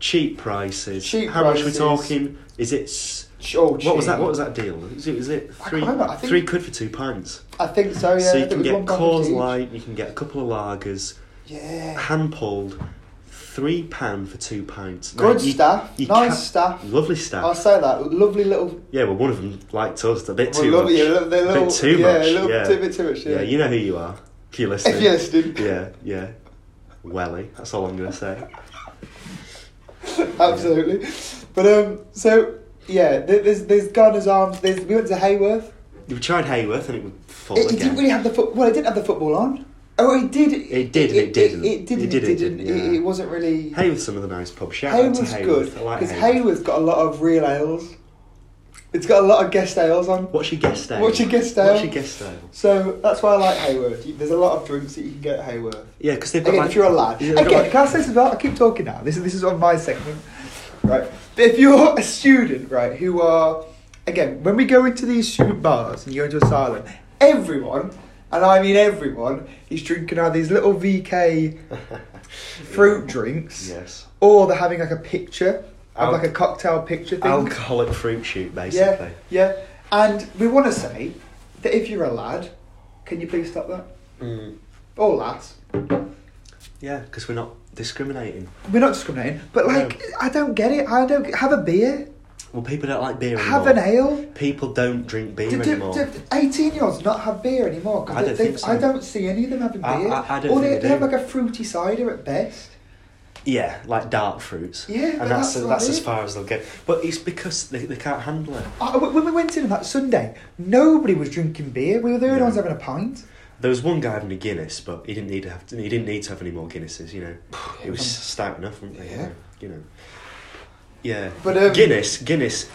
Speaker 2: cheap prices.
Speaker 1: Cheap
Speaker 2: How much
Speaker 1: prices.
Speaker 2: are we talking? Is it s-
Speaker 1: Ch- Oh,
Speaker 2: What was
Speaker 1: cheap.
Speaker 2: that? What was that deal? Is it, is it
Speaker 1: I
Speaker 2: three,
Speaker 1: can't remember, I think-
Speaker 2: three quid for two pints?
Speaker 1: I think so. Yeah. I
Speaker 2: so you
Speaker 1: think
Speaker 2: can
Speaker 1: it was
Speaker 2: get Coors
Speaker 1: £1.50 each.
Speaker 2: Light, you can get a couple of lagers,
Speaker 1: Yeah.
Speaker 2: hand pulled, three pound for two pints.
Speaker 1: Good
Speaker 2: Now, you-
Speaker 1: staff.
Speaker 2: you
Speaker 1: nice
Speaker 2: can't-
Speaker 1: staff.
Speaker 2: Lovely staff.
Speaker 1: I'll say that. Lovely little.
Speaker 2: yeah, well, one of them liked us a bit
Speaker 1: well,
Speaker 2: too
Speaker 1: lovely,
Speaker 2: much.
Speaker 1: yeah, little, they're
Speaker 2: a
Speaker 1: little-
Speaker 2: bit too
Speaker 1: yeah,
Speaker 2: much.
Speaker 1: A little
Speaker 2: yeah.
Speaker 1: Too, bit too much. Yeah.
Speaker 2: Yeah, you know who you are. If you're listening.
Speaker 1: If you're listening.
Speaker 2: Yeah, yeah. Welly. That's all I'm gonna say.
Speaker 1: Absolutely. But um, so yeah, th- there's there's Garner's Arms. There's, we went to Hayworth.
Speaker 2: We tried Hayworth and it was full
Speaker 1: It, it
Speaker 2: again.
Speaker 1: didn't really have the foot. Well, it didn't have the football on. Oh, it did.
Speaker 2: It did and it
Speaker 1: It, did. and
Speaker 2: didn't. It
Speaker 1: It
Speaker 2: did and
Speaker 1: didn't.
Speaker 2: it
Speaker 1: It, didn't.
Speaker 2: didn't,
Speaker 1: It,
Speaker 2: yeah.
Speaker 1: it wasn't really.
Speaker 2: Hayworth's some of the nice pub. Shout out to
Speaker 1: Hayworth's
Speaker 2: Hayworth.
Speaker 1: good
Speaker 2: I like
Speaker 1: because
Speaker 2: Hayworth.
Speaker 1: Hayworth's got a lot of real ales. It's got a lot of guest ales on.
Speaker 2: What's your guest style?
Speaker 1: What's your guest style?
Speaker 2: What's your guest style?
Speaker 1: So that's why I like Hayworth. You- There's a lot of drinks that you can get at Hayworth.
Speaker 2: Yeah, because they've got
Speaker 1: Again,
Speaker 2: like,
Speaker 1: if you're a lad.
Speaker 2: Yeah, they've got
Speaker 1: Again,
Speaker 2: like-
Speaker 1: can I say something? I keep talking now. This is this is on my segment, right? But if you're a student, right, who are again, when we go into these student bars and you go into asylum, everyone, and I mean everyone, is drinking either these little VK fruit drinks,
Speaker 2: Yes.
Speaker 1: or they're having like a picture, of
Speaker 2: Al-
Speaker 1: like a cocktail picture thing.
Speaker 2: Alcoholic fruit shoot,
Speaker 1: yeah,
Speaker 2: basically.
Speaker 1: yeah. And we want to say that if you're a lad, can you please stop that?
Speaker 2: Mm.
Speaker 1: Or lads.
Speaker 2: Yeah, because we're not discriminating.
Speaker 1: We're not discriminating, but like, I don't get it. I don't have a beer,
Speaker 2: Well, people don't like beer
Speaker 1: have
Speaker 2: anymore.
Speaker 1: an ale.
Speaker 2: People don't drink beer
Speaker 1: Do, do,
Speaker 2: anymore.
Speaker 1: do, Eighteen-year-olds not have beer anymore? 'Cause
Speaker 2: I don't
Speaker 1: they-
Speaker 2: think so.
Speaker 1: I don't see any of them having beer.
Speaker 2: I- I- I don't
Speaker 1: or
Speaker 2: think
Speaker 1: they,
Speaker 2: they
Speaker 1: they have
Speaker 2: do.
Speaker 1: like a fruity cider at best.
Speaker 2: Yeah, like dark fruits.
Speaker 1: Yeah,
Speaker 2: and
Speaker 1: but
Speaker 2: that's
Speaker 1: that's
Speaker 2: that's
Speaker 1: like
Speaker 2: as
Speaker 1: it.
Speaker 2: far as they'll get. But it's because they, they can't handle it.
Speaker 1: I, when we went in on that Sunday, nobody was drinking beer. We were the only
Speaker 2: No.
Speaker 1: ones having a pint.
Speaker 2: There was one guy having a Guinness, but he didn't need to have he didn't need to have any more Guinnesses. You know, it was stout enough, wasn't it?
Speaker 1: Yeah.
Speaker 2: You know. Yeah.
Speaker 1: But, um,
Speaker 2: Guinness, Guinness.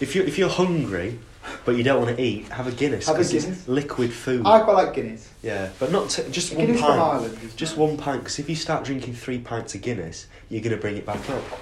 Speaker 2: If you if you're hungry, but you don't want to eat, have a Guinness.
Speaker 1: Have a
Speaker 2: 'cause
Speaker 1: Guinness.
Speaker 2: It's liquid food.
Speaker 1: I quite like Guinness.
Speaker 2: Yeah, but not t- just
Speaker 1: A
Speaker 2: one
Speaker 1: Guinness from
Speaker 2: pint.
Speaker 1: Ireland is
Speaker 2: Just
Speaker 1: nice.
Speaker 2: one pint, because if you start drinking three pints of Guinness, you're gonna bring it back up.
Speaker 1: Oh,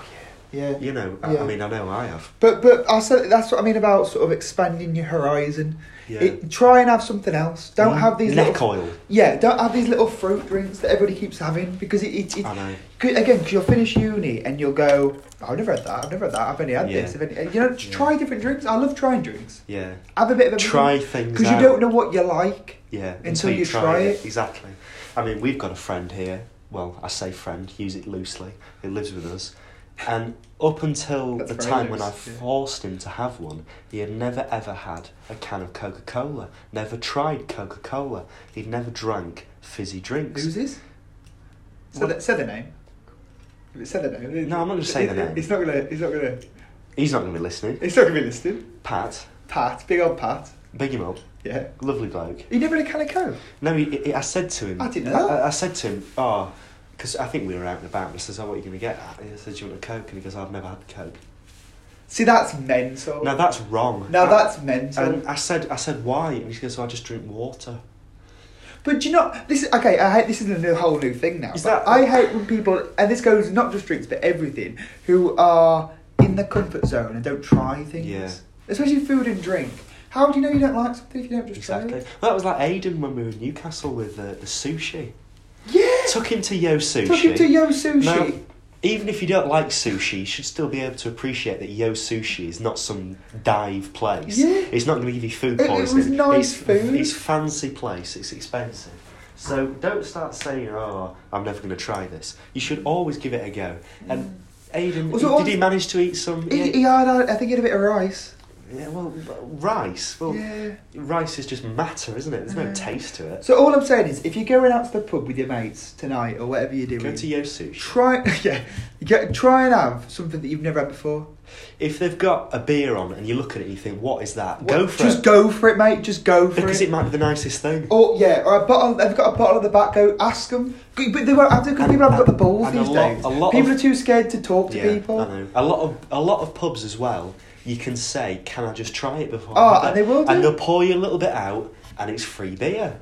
Speaker 1: Yeah.
Speaker 2: You know, I,
Speaker 1: Yeah.
Speaker 2: I mean, I know I have.
Speaker 1: But but I said that's what I mean about sort of expanding your horizon.
Speaker 2: Yeah. Mm.
Speaker 1: It, try and have something else. Don't have these
Speaker 2: neck
Speaker 1: little
Speaker 2: oil.
Speaker 1: Yeah, don't have these little fruit drinks that everybody keeps having because it, it, it
Speaker 2: I know.
Speaker 1: Cause, again, because you'll finish uni and you'll go, "Oh, I've never had that, I've never had that, I've only had
Speaker 2: Yeah.
Speaker 1: this. I've only, you know, just
Speaker 2: Yeah.
Speaker 1: try different drinks. I love trying drinks.
Speaker 2: Yeah.
Speaker 1: Have a bit of everything.
Speaker 2: Try things
Speaker 1: Because you
Speaker 2: out.
Speaker 1: don't know what you like.
Speaker 2: Yeah,
Speaker 1: Until you try it.
Speaker 2: Exactly. I mean, we've got a friend here. Well, I say friend, use it loosely. Who lives with us, and up until
Speaker 1: That's
Speaker 2: the
Speaker 1: very
Speaker 2: time when I
Speaker 1: loose, yeah.
Speaker 2: forced him to have one, he had never ever had a can of Coca Cola. Never tried Coca Cola. He'd never drank fizzy drinks.
Speaker 1: Who's this? Say the, say the name. If it said the name.
Speaker 2: No, I'm not gonna say the name.
Speaker 1: It's not gonna. It's not gonna.
Speaker 2: He's not going to be listening.
Speaker 1: It's not gonna be listed.
Speaker 2: Pat,
Speaker 1: Pat, big old Pat.
Speaker 2: big him up,
Speaker 1: Yeah.
Speaker 2: lovely bloke.
Speaker 1: He never had a can of Coke.
Speaker 2: No, he, he, I said to him.
Speaker 1: I didn't know.
Speaker 2: I, I said to him, oh, because I think we were out and about. And I says, oh, what are you going to get? I said, do you want a Coke? And he goes, I've never had a Coke.
Speaker 1: See, that's mental.
Speaker 2: Now that's wrong.
Speaker 1: Now
Speaker 2: I-
Speaker 1: that's mental.
Speaker 2: And I said, I said, why? And he goes, oh, I just drink water.
Speaker 1: But do you not? This is okay. I hate this is a new, whole new thing now.
Speaker 2: Is
Speaker 1: but
Speaker 2: that-
Speaker 1: I hate when people, and this goes not just drinks but everything, who are in the comfort zone and don't try things.
Speaker 2: Yeah.
Speaker 1: Especially food and drink. How do you know you don't like something if you don't just try
Speaker 2: Exactly.
Speaker 1: it?
Speaker 2: Well, that was like Aiden when we were in Newcastle with uh, the sushi.
Speaker 1: Yeah.
Speaker 2: Took him to Yo Sushi.
Speaker 1: Took him to Yo Sushi.
Speaker 2: Now, even if you don't like sushi, you should still be able to appreciate that Yo Sushi is not some dive place.
Speaker 1: Yeah.
Speaker 2: It's not going to give you food
Speaker 1: It- it
Speaker 2: poisoning.
Speaker 1: was nice
Speaker 2: it's,
Speaker 1: food.
Speaker 2: It's fancy place. It's expensive. So don't start saying, "Oh, I'm never going to try this." You should always give it a go. And Aidan,
Speaker 1: Well, so
Speaker 2: did he
Speaker 1: on-
Speaker 2: manage to eat some?
Speaker 1: He, he had, I think he had a bit of rice.
Speaker 2: Yeah, well, rice. Well,
Speaker 1: Yeah.
Speaker 2: rice is just matter, isn't it? There's no
Speaker 1: Mm.
Speaker 2: taste to it.
Speaker 1: So all I'm saying is, if you're going out to the pub with your mates tonight or whatever you're doing,
Speaker 2: Go to Yo Sushi.
Speaker 1: try yeah, get, try and have something that you've never had before.
Speaker 2: If they've got a beer on and you look at it and you think, "What is that?" Go for
Speaker 1: just
Speaker 2: it.
Speaker 1: go for it, mate. Just go for
Speaker 2: because it might be the nicest thing.
Speaker 1: Or Oh, yeah, or a bottle. They've got a bottle at the back. Go ask them, but they won't have to because people haven't got the balls
Speaker 2: And a
Speaker 1: these
Speaker 2: lot-
Speaker 1: days.
Speaker 2: a lot
Speaker 1: people
Speaker 2: of-
Speaker 1: are too scared to talk to
Speaker 2: Yeah, I
Speaker 1: people.
Speaker 2: know. A lot of a lot of pubs as well. You can say, "Can I just try it before?" I
Speaker 1: Oh,
Speaker 2: have
Speaker 1: and
Speaker 2: it?"
Speaker 1: they will do.
Speaker 2: And they'll pour you a little bit out, and it's free beer.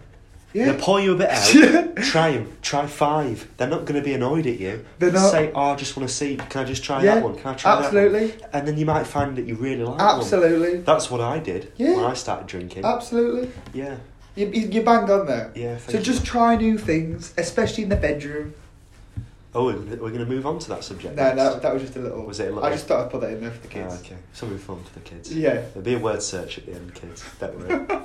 Speaker 1: Yeah.
Speaker 2: They'll pour you a bit
Speaker 1: Yeah.
Speaker 2: out. try 'em, Try five. They're not going to be annoyed at you.
Speaker 1: They're not.
Speaker 2: Say, "Oh, I just want to see. Can I just try
Speaker 1: Yeah,
Speaker 2: that one? Can I try that
Speaker 1: absolutely.
Speaker 2: one?" And then you might find that you really like one.
Speaker 1: Absolutely,
Speaker 2: That's what I did
Speaker 1: Yeah.
Speaker 2: when I started drinking.
Speaker 1: absolutely.
Speaker 2: yeah.
Speaker 1: You you you bang on there.
Speaker 2: Yeah,
Speaker 1: So
Speaker 2: thank
Speaker 1: just
Speaker 2: you.
Speaker 1: try new things, especially in the bedroom.
Speaker 2: Oh, we're gonna, we're gonna move on to that subject.
Speaker 1: No,
Speaker 2: next.
Speaker 1: that, that was just a little.
Speaker 2: Was it a
Speaker 1: I
Speaker 2: little-
Speaker 1: just thought I'd put that in there for the kids.
Speaker 2: Ah, okay, something fun for the kids.
Speaker 1: Yeah.
Speaker 2: There'll be a word search at the end, kids. Don't worry.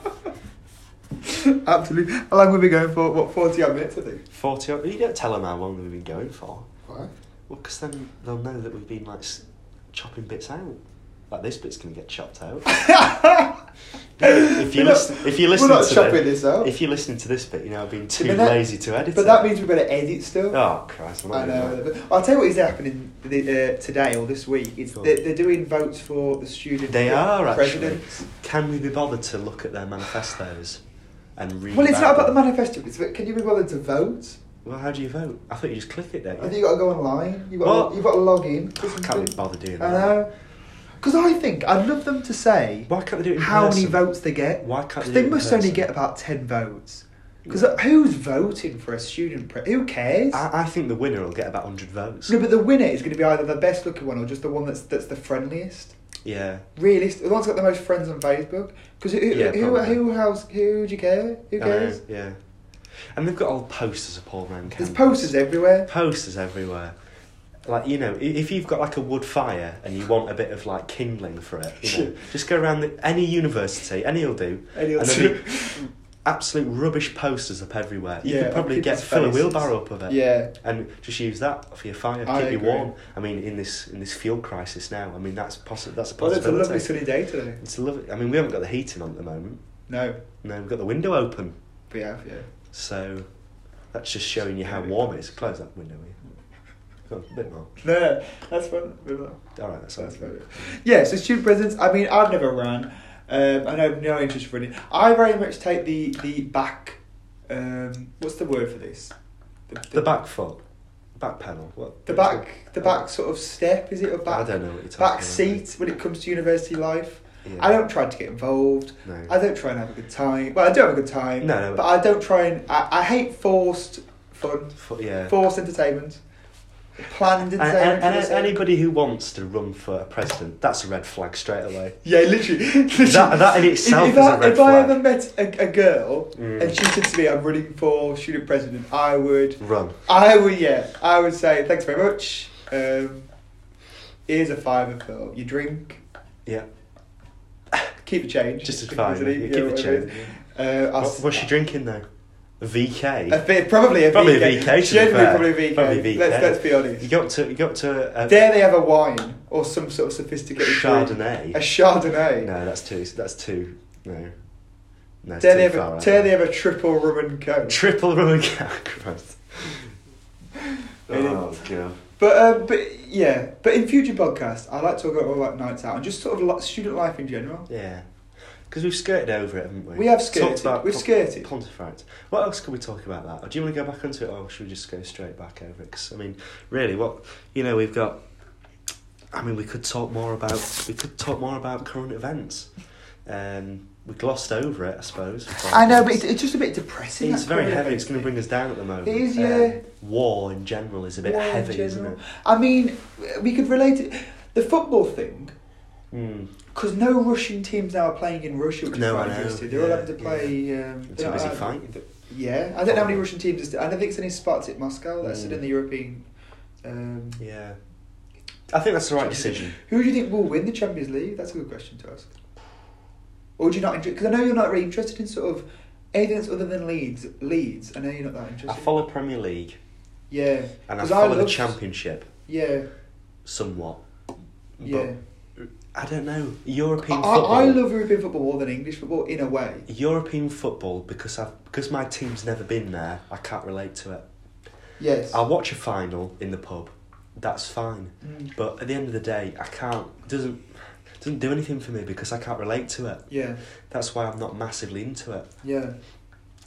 Speaker 1: Absolutely. How long have we been going for? What, 40 odd minutes, I think?
Speaker 2: Forty. You don't tell them how long we've been going for.
Speaker 1: Why?
Speaker 2: Well, because then they'll know that we've been like s- chopping bits out. Like this bit's gonna get chopped out. if you
Speaker 1: We're not-
Speaker 2: listen, if you
Speaker 1: we're
Speaker 2: listen
Speaker 1: not
Speaker 2: to
Speaker 1: chopping
Speaker 2: the-
Speaker 1: this out.
Speaker 2: If you're listening to this bit, you know I've been
Speaker 1: But
Speaker 2: too
Speaker 1: that-
Speaker 2: lazy to edit.
Speaker 1: But
Speaker 2: it.
Speaker 1: that means we better edit still.
Speaker 2: Oh Christ! I'm not
Speaker 1: I
Speaker 2: doing
Speaker 1: know.
Speaker 2: that.
Speaker 1: but I'll tell you what is happening the, uh, today or this week. It's
Speaker 2: Go on.
Speaker 1: they're, they're doing votes for the student
Speaker 2: They are actually.
Speaker 1: presidents.
Speaker 2: Can we be bothered to look at their manifestos and read?
Speaker 1: Well, it's not about
Speaker 2: back
Speaker 1: the
Speaker 2: them?
Speaker 1: manifesto. It's about, can you be bothered to vote?
Speaker 2: Well, how do you vote? I thought you just click it there.
Speaker 1: I think you got to go online. You got
Speaker 2: What?
Speaker 1: to, you got to log in.
Speaker 2: I can't be bothered doing that.
Speaker 1: I know. Because Uh, I think I'd love them to say
Speaker 2: Why can't they do it in
Speaker 1: how many
Speaker 2: person?
Speaker 1: votes they get.
Speaker 2: Why can't
Speaker 1: 'Cause
Speaker 2: they
Speaker 1: they
Speaker 2: do it in
Speaker 1: must only
Speaker 2: person?
Speaker 1: get about ten votes. Because
Speaker 2: Yeah. Ah,
Speaker 1: who's voting for a student? Pre- who cares?
Speaker 2: I, I think the winner will get about hundred votes.
Speaker 1: no, but the winner is going to be either the best looking one or just the one that's that's the friendliest.
Speaker 2: Yeah.
Speaker 1: Realistic. The one's got the most friends on Facebook. Because who
Speaker 2: Yeah,
Speaker 1: who,
Speaker 2: probably. Uh,
Speaker 1: who house who do you care? Who
Speaker 2: I know,
Speaker 1: cares?
Speaker 2: Yeah. And they've got old posters of Paul Round
Speaker 1: There's posters everywhere.
Speaker 2: posters everywhere. Like you know, i- if you've got like a wood fire and you want a bit of like kindling for it, you know, just go around the, any university, any'll do.
Speaker 1: Any'll
Speaker 2: and there'll
Speaker 1: do.
Speaker 2: be absolute rubbish posters up everywhere. You
Speaker 1: Yeah,
Speaker 2: could probably
Speaker 1: people's
Speaker 2: get fill a
Speaker 1: faces.
Speaker 2: wheelbarrow up of it.
Speaker 1: Yeah.
Speaker 2: and just use that for your fire,
Speaker 1: I
Speaker 2: keep you
Speaker 1: agree.
Speaker 2: warm. I mean, in this in this fuel crisis now, I mean that's possible. That's a
Speaker 1: Well, it's
Speaker 2: possibility.
Speaker 1: a lovely sunny day today.
Speaker 2: It's a lovely- I mean, we haven't got the heating on at the moment.
Speaker 1: No,
Speaker 2: No, we've got the window open,
Speaker 1: but yeah, yeah.
Speaker 2: so that's just showing you how warm it is. Close that window. Will you? Oh, a bit more.
Speaker 1: No, no, that's fun. Remember that.
Speaker 2: All right, that sounds
Speaker 1: That's
Speaker 2: good.
Speaker 1: about it. Yeah, so student presidents. I mean, I've never ran. Um, I have no interest in running. I very much take the the back. Um, what's the word for this?
Speaker 2: The back foot, back panel. What?
Speaker 1: The
Speaker 2: what's
Speaker 1: back, the back sort of step, is it? Or back,
Speaker 2: I don't know what you're talking
Speaker 1: Back
Speaker 2: about.
Speaker 1: seat when it comes to university life.
Speaker 2: Yeah.
Speaker 1: I don't try to get involved.
Speaker 2: No.
Speaker 1: I don't try and have a good time. Well, I do have a good time.
Speaker 2: No, no.
Speaker 1: But I don't try and. I, I hate forced fun,
Speaker 2: Foot, yeah.
Speaker 1: forced entertainment, planned
Speaker 2: And,
Speaker 1: entertainment.
Speaker 2: and,
Speaker 1: should I
Speaker 2: and
Speaker 1: say.
Speaker 2: anybody who wants to run for a president, that's a red flag straight away.
Speaker 1: Yeah, literally. literally.
Speaker 2: That- that in
Speaker 1: if,
Speaker 2: itself
Speaker 1: if
Speaker 2: is
Speaker 1: I,
Speaker 2: a red
Speaker 1: If I
Speaker 2: flag.
Speaker 1: ever met a, a girl
Speaker 2: Mm.
Speaker 1: and she said to me, "I'm running for student president," I would,
Speaker 2: Run.
Speaker 1: I would, yeah, I would say, "Thanks very much. Um, here's a fiver for your drink.
Speaker 2: Yeah.
Speaker 1: Keep the change.
Speaker 2: Just a
Speaker 1: Because I
Speaker 2: fiver.
Speaker 1: need-
Speaker 2: Yeah,
Speaker 1: you know
Speaker 2: keep the
Speaker 1: what I mean?
Speaker 2: change,
Speaker 1: Uh, I'll
Speaker 2: What,
Speaker 1: s-
Speaker 2: what's she drinking though? A VK.
Speaker 1: A bit, probably a
Speaker 2: Probably
Speaker 1: VK.
Speaker 2: a VK, to be
Speaker 1: Generally,
Speaker 2: fair.
Speaker 1: probably a VK.
Speaker 2: Probably VK.
Speaker 1: Let's, let's be
Speaker 2: You
Speaker 1: honest.
Speaker 2: got to, you got to. uh, A
Speaker 1: Dare they have a wine or some sort of sophisticated drink?
Speaker 2: Chardonnay.
Speaker 1: A Chardonnay.
Speaker 2: no, that's too. That's too. No. No.
Speaker 1: Dare they
Speaker 2: too
Speaker 1: have
Speaker 2: far
Speaker 1: a,
Speaker 2: out
Speaker 1: dare they
Speaker 2: there.
Speaker 1: have a triple rum and coke?
Speaker 2: triple rum and coke? Christ. Oh god.
Speaker 1: But um, but yeah, but in future podcasts, I like to talk about like nights out and just sort of like student life in general.
Speaker 2: Yeah. Because we've skirted over it, haven't we?
Speaker 1: We have
Speaker 2: Talked
Speaker 1: skirted.
Speaker 2: about
Speaker 1: We've
Speaker 2: pon-
Speaker 1: skirted.
Speaker 2: Pontefract. What else could we talk about that? Or do you want to go back onto it, or should we just go straight back over it? Because I mean, really, what you know, we've got. I mean, we could talk more about we could talk more about current events. Um, we glossed over it, I suppose.
Speaker 1: I know, but it's, it's just a bit depressing.
Speaker 2: it's
Speaker 1: that
Speaker 2: very
Speaker 1: current
Speaker 2: heavy.
Speaker 1: event
Speaker 2: It's going to
Speaker 1: thing.
Speaker 2: bring us down at the moment. Um,
Speaker 1: It is, yeah.
Speaker 2: war in general is a bit
Speaker 1: War in
Speaker 2: heavy, isn't
Speaker 1: general.
Speaker 2: it?
Speaker 1: I mean, we could relate it. The football thing,
Speaker 2: Mm.
Speaker 1: because no Russian teams now are playing in Russia, which
Speaker 2: No,
Speaker 1: is
Speaker 2: I
Speaker 1: quite
Speaker 2: know,
Speaker 1: interesting. They're
Speaker 2: yeah,
Speaker 1: all having to play. Um,
Speaker 2: Too
Speaker 1: they're not
Speaker 2: busy
Speaker 1: allowed-
Speaker 2: fighting.
Speaker 1: Yeah, I don't know how many Russian teams. Is, I don't think it's any spots at Moscow. That's it
Speaker 2: Mm.
Speaker 1: in the European. Um,
Speaker 2: Yeah. I think that's the right
Speaker 1: Champions League.
Speaker 2: decision.
Speaker 1: Who do you think will win the Champions League? That's a good question to ask. Or do you not Because I know you're not really interested in sort of anything that's other than Leeds. Leeds, I know you're not that interested.
Speaker 2: I follow Premier League
Speaker 1: Yeah.
Speaker 2: and I
Speaker 1: 'Cause
Speaker 2: follow the
Speaker 1: love-
Speaker 2: Championship
Speaker 1: Yeah,
Speaker 2: somewhat. But
Speaker 1: yeah.
Speaker 2: I don't know
Speaker 1: I,
Speaker 2: European football.
Speaker 1: I I love European football more than English football in a way.
Speaker 2: European football because I've because my team's never been there. I can't relate to it.
Speaker 1: Yes.
Speaker 2: I'll watch a final in the pub. That's fine.
Speaker 1: Mm.
Speaker 2: But at the end of the day, I can't. Doesn't doesn't do anything for me because I can't relate to it.
Speaker 1: Yeah,
Speaker 2: That's why I'm not massively into it.
Speaker 1: yeah.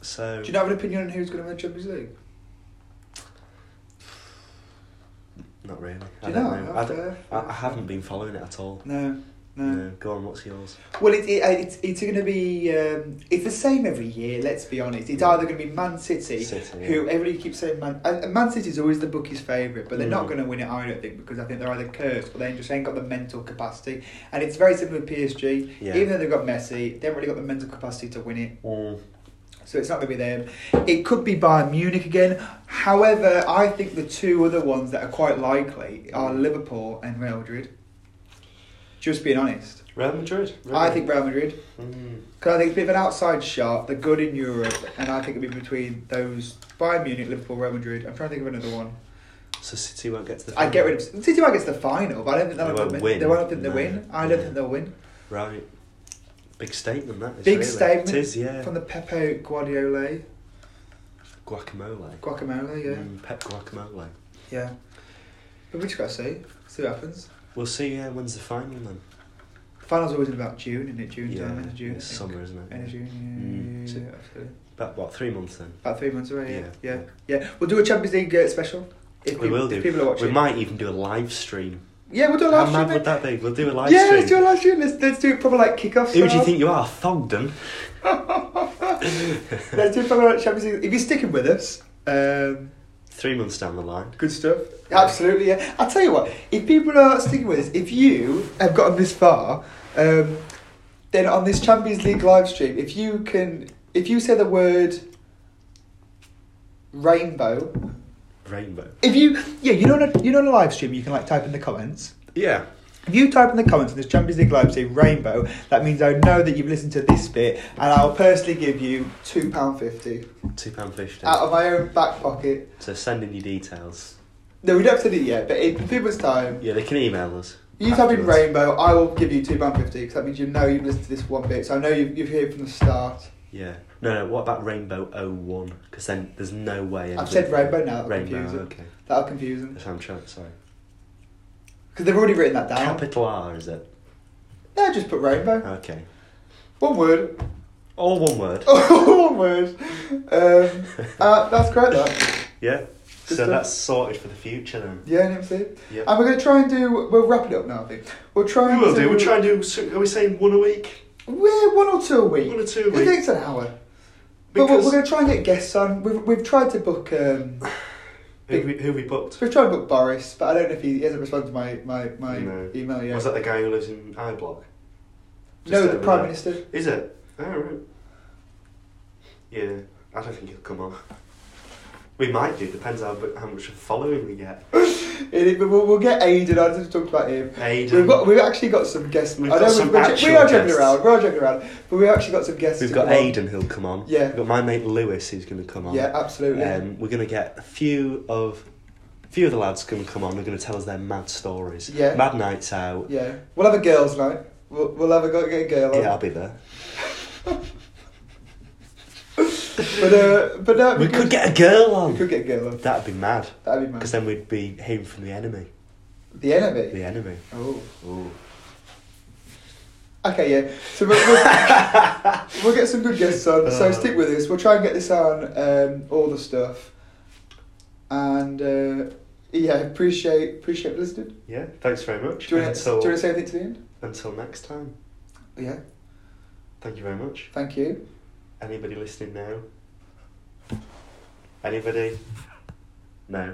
Speaker 2: So
Speaker 1: Do you not have an opinion on who's going to win the Champions League?
Speaker 2: not really.
Speaker 1: Do
Speaker 2: I
Speaker 1: you
Speaker 2: don't
Speaker 1: not?
Speaker 2: know.
Speaker 1: Oh,
Speaker 2: I, don't-
Speaker 1: fair,
Speaker 2: I,
Speaker 1: fair,
Speaker 2: I haven't been following it at all.
Speaker 1: No, no.
Speaker 2: No. Go on. What's yours?
Speaker 1: Well, it, it, it's it's going to be um, it's the same every year. Let's be honest. It's
Speaker 2: Yeah.
Speaker 1: either going to be Man City,
Speaker 2: City, yeah.
Speaker 1: who everybody keeps saying Man. and- and Man City is always the bookies' favourite, but they're not
Speaker 2: Mm.
Speaker 1: going to win it. I don't think because I think they're either cursed or they just ain't got the mental capacity. And it's very similar with PSG.
Speaker 2: Yeah. Mm.
Speaker 1: Even though they've got Messi, they haven't really got the mental capacity to win it. So it's not going to be them. It could be Bayern Munich again. However, I think the two other ones that are quite likely are Liverpool and Real Madrid. Just being honest.
Speaker 2: Real Madrid. really?
Speaker 1: I think Real Madrid.
Speaker 2: Mm.
Speaker 1: Because I think it's a bit of an outside shot. They're good in Europe. And I think it'd be between those Bayern Munich, Liverpool, Real Madrid. I'm trying to think of another one.
Speaker 2: So City won't get to the.
Speaker 1: I'd get rid of City might get to the final, but I don't think
Speaker 2: They
Speaker 1: they'll
Speaker 2: won't
Speaker 1: win.
Speaker 2: win.
Speaker 1: They won't think they'll
Speaker 2: No.
Speaker 1: win. I don't
Speaker 2: Yeah.
Speaker 1: think they'll win.
Speaker 2: Right. Big statement that is.
Speaker 1: Big
Speaker 2: really.
Speaker 1: statement
Speaker 2: It is, yeah.
Speaker 1: From the Pepe Guardiola,
Speaker 2: Guacamole.
Speaker 1: Guacamole, yeah.
Speaker 2: Mm, Pep Guacamole.
Speaker 1: Yeah. But we just got to see. See what happens.
Speaker 2: We'll see. Yeah, when's the final then?
Speaker 1: Final's always in about June, isn't it? June time, end of June. I
Speaker 2: it's
Speaker 1: think.
Speaker 2: summer, isn't it?
Speaker 1: End of June,
Speaker 2: Mm.
Speaker 1: yeah,
Speaker 2: So-
Speaker 1: yeah, absolutely.
Speaker 2: About what? Three months then.
Speaker 1: About three months away, yeah. Yeah,
Speaker 2: Yeah.
Speaker 1: yeah. We'll do a Champions League uh, special. If
Speaker 2: we
Speaker 1: peop-
Speaker 2: will
Speaker 1: if
Speaker 2: do.
Speaker 1: people are watching.
Speaker 2: We might even do a live stream.
Speaker 1: Yeah, we'll do a
Speaker 2: How
Speaker 1: live
Speaker 2: mad
Speaker 1: stream.
Speaker 2: would
Speaker 1: mate.
Speaker 2: that be? We'll do a live
Speaker 1: yeah,
Speaker 2: stream.
Speaker 1: let's do a live stream. Let's, let's do it proper like kickoff
Speaker 2: Who do you
Speaker 1: style.
Speaker 2: think you are, Thogden?
Speaker 1: Let's do it proper like Champions League. If you're sticking with us, um,
Speaker 2: Three months down the line.
Speaker 1: Good stuff. Absolutely, yeah. I'll tell you what, if people are sticking with us, if you have gotten this far, um, then on this Champions League live stream, if you can, if you say the word rainbow,
Speaker 2: Rainbow.
Speaker 1: if you, yeah, you know, on a, you know, on a live stream, you can like type in the comments.
Speaker 2: Yeah.
Speaker 1: If you type in the comments on this Champions League live stream, rainbow, that means I know that you've listened to this bit, and I'll personally give you two pound fifty
Speaker 2: Two pound fifty.
Speaker 1: out of my own back pocket.
Speaker 2: So send in your details.
Speaker 1: No, we don't have to do it yet, but in people's time.
Speaker 2: Yeah, they can email us.
Speaker 1: You type in
Speaker 2: afterwards.
Speaker 1: rainbow, I will give you two pound fifty because that means you know you've listened to this one bit. So I know you've you've heard from the start.
Speaker 2: Yeah. No, no. What about Rainbow 01? Because then there's no way.
Speaker 1: I've
Speaker 2: anybody-
Speaker 1: said rainbow now, that'll
Speaker 2: Rainbow.
Speaker 1: confuse it.
Speaker 2: Okay.
Speaker 1: That'll confuse them
Speaker 2: That's how I'm trying. Sorry.
Speaker 1: because they've already written that down.
Speaker 2: Capital R is it?
Speaker 1: no, just put rainbow.
Speaker 2: Okay.
Speaker 1: One word.
Speaker 2: All one word.
Speaker 1: Oh. one word. Um, uh, that's great. That.
Speaker 2: Yeah. So
Speaker 1: stuff.
Speaker 2: that's sorted for the future then.
Speaker 1: Yeah, NMC.
Speaker 2: Yep.
Speaker 1: And we're going to try and do. We'll wrap it up now. I think we'll try.
Speaker 2: We
Speaker 1: and
Speaker 2: will do. We'll try and do. so Are we saying one a week?
Speaker 1: We're one or two a week.
Speaker 2: One or two a
Speaker 1: it
Speaker 2: week.
Speaker 1: takes an hour. But we're,
Speaker 2: Because-
Speaker 1: we're going to try and get guests on. We've we've tried to book. Um,
Speaker 2: Who we, who we booked?
Speaker 1: we've tried to book Boris, but I don't know if he, he hasn't responded to my my, my
Speaker 2: No.
Speaker 1: email yet.
Speaker 2: Was that the guy who lives in I Block?
Speaker 1: No,
Speaker 2: Just
Speaker 1: the
Speaker 2: over
Speaker 1: Prime
Speaker 2: there.
Speaker 1: Minister.
Speaker 2: Is it? Oh, right. Yeah, I don't think he'll come on. We might do, depends how, bu- how much following we get.
Speaker 1: It- but we'll, we'll get Aidan. I just talked about him.
Speaker 2: Aidan.
Speaker 1: We've got we've actually got some guests.
Speaker 2: We've
Speaker 1: I know
Speaker 2: got some
Speaker 1: we're, we're, we
Speaker 2: actual
Speaker 1: are joking
Speaker 2: guests.
Speaker 1: around. We are joking around, but we've actually got some guests.
Speaker 2: We've
Speaker 1: to
Speaker 2: got
Speaker 1: come on.
Speaker 2: Aidan who'll come on.
Speaker 1: Yeah.
Speaker 2: We've got my mate Lewis who's going to come on.
Speaker 1: Yeah, absolutely.
Speaker 2: Um, we're going to get a few of a few of the lads going to come on. They're going to tell us their mad stories.
Speaker 1: Yeah.
Speaker 2: Mad nights out.
Speaker 1: yeah, we'll have a girls' night. We'll, we'll have a go get a girl. on.
Speaker 2: Yeah, I'll be there.
Speaker 1: But uh, but no,
Speaker 2: We could get a girl
Speaker 1: we could
Speaker 2: on.
Speaker 1: get a girl. On.
Speaker 2: That'd be mad.
Speaker 1: That'd be mad.
Speaker 2: Because then we'd be hearing from the enemy.
Speaker 1: The enemy.
Speaker 2: The enemy.
Speaker 1: Oh.
Speaker 2: Ooh.
Speaker 1: Okay, yeah. So we'll, we'll, we'll get some good guests on.
Speaker 2: Uh.
Speaker 1: So stick with us. We'll try and get this on um, all the stuff. And uh, yeah, appreciate appreciate listening.
Speaker 2: Yeah, thanks very much.
Speaker 1: Do you, want to,
Speaker 2: until,
Speaker 1: do you want to say anything to the end?
Speaker 2: until next time,
Speaker 1: Yeah,
Speaker 2: thank you very much.
Speaker 1: thank you.
Speaker 2: Anybody listening now? Anybody? No.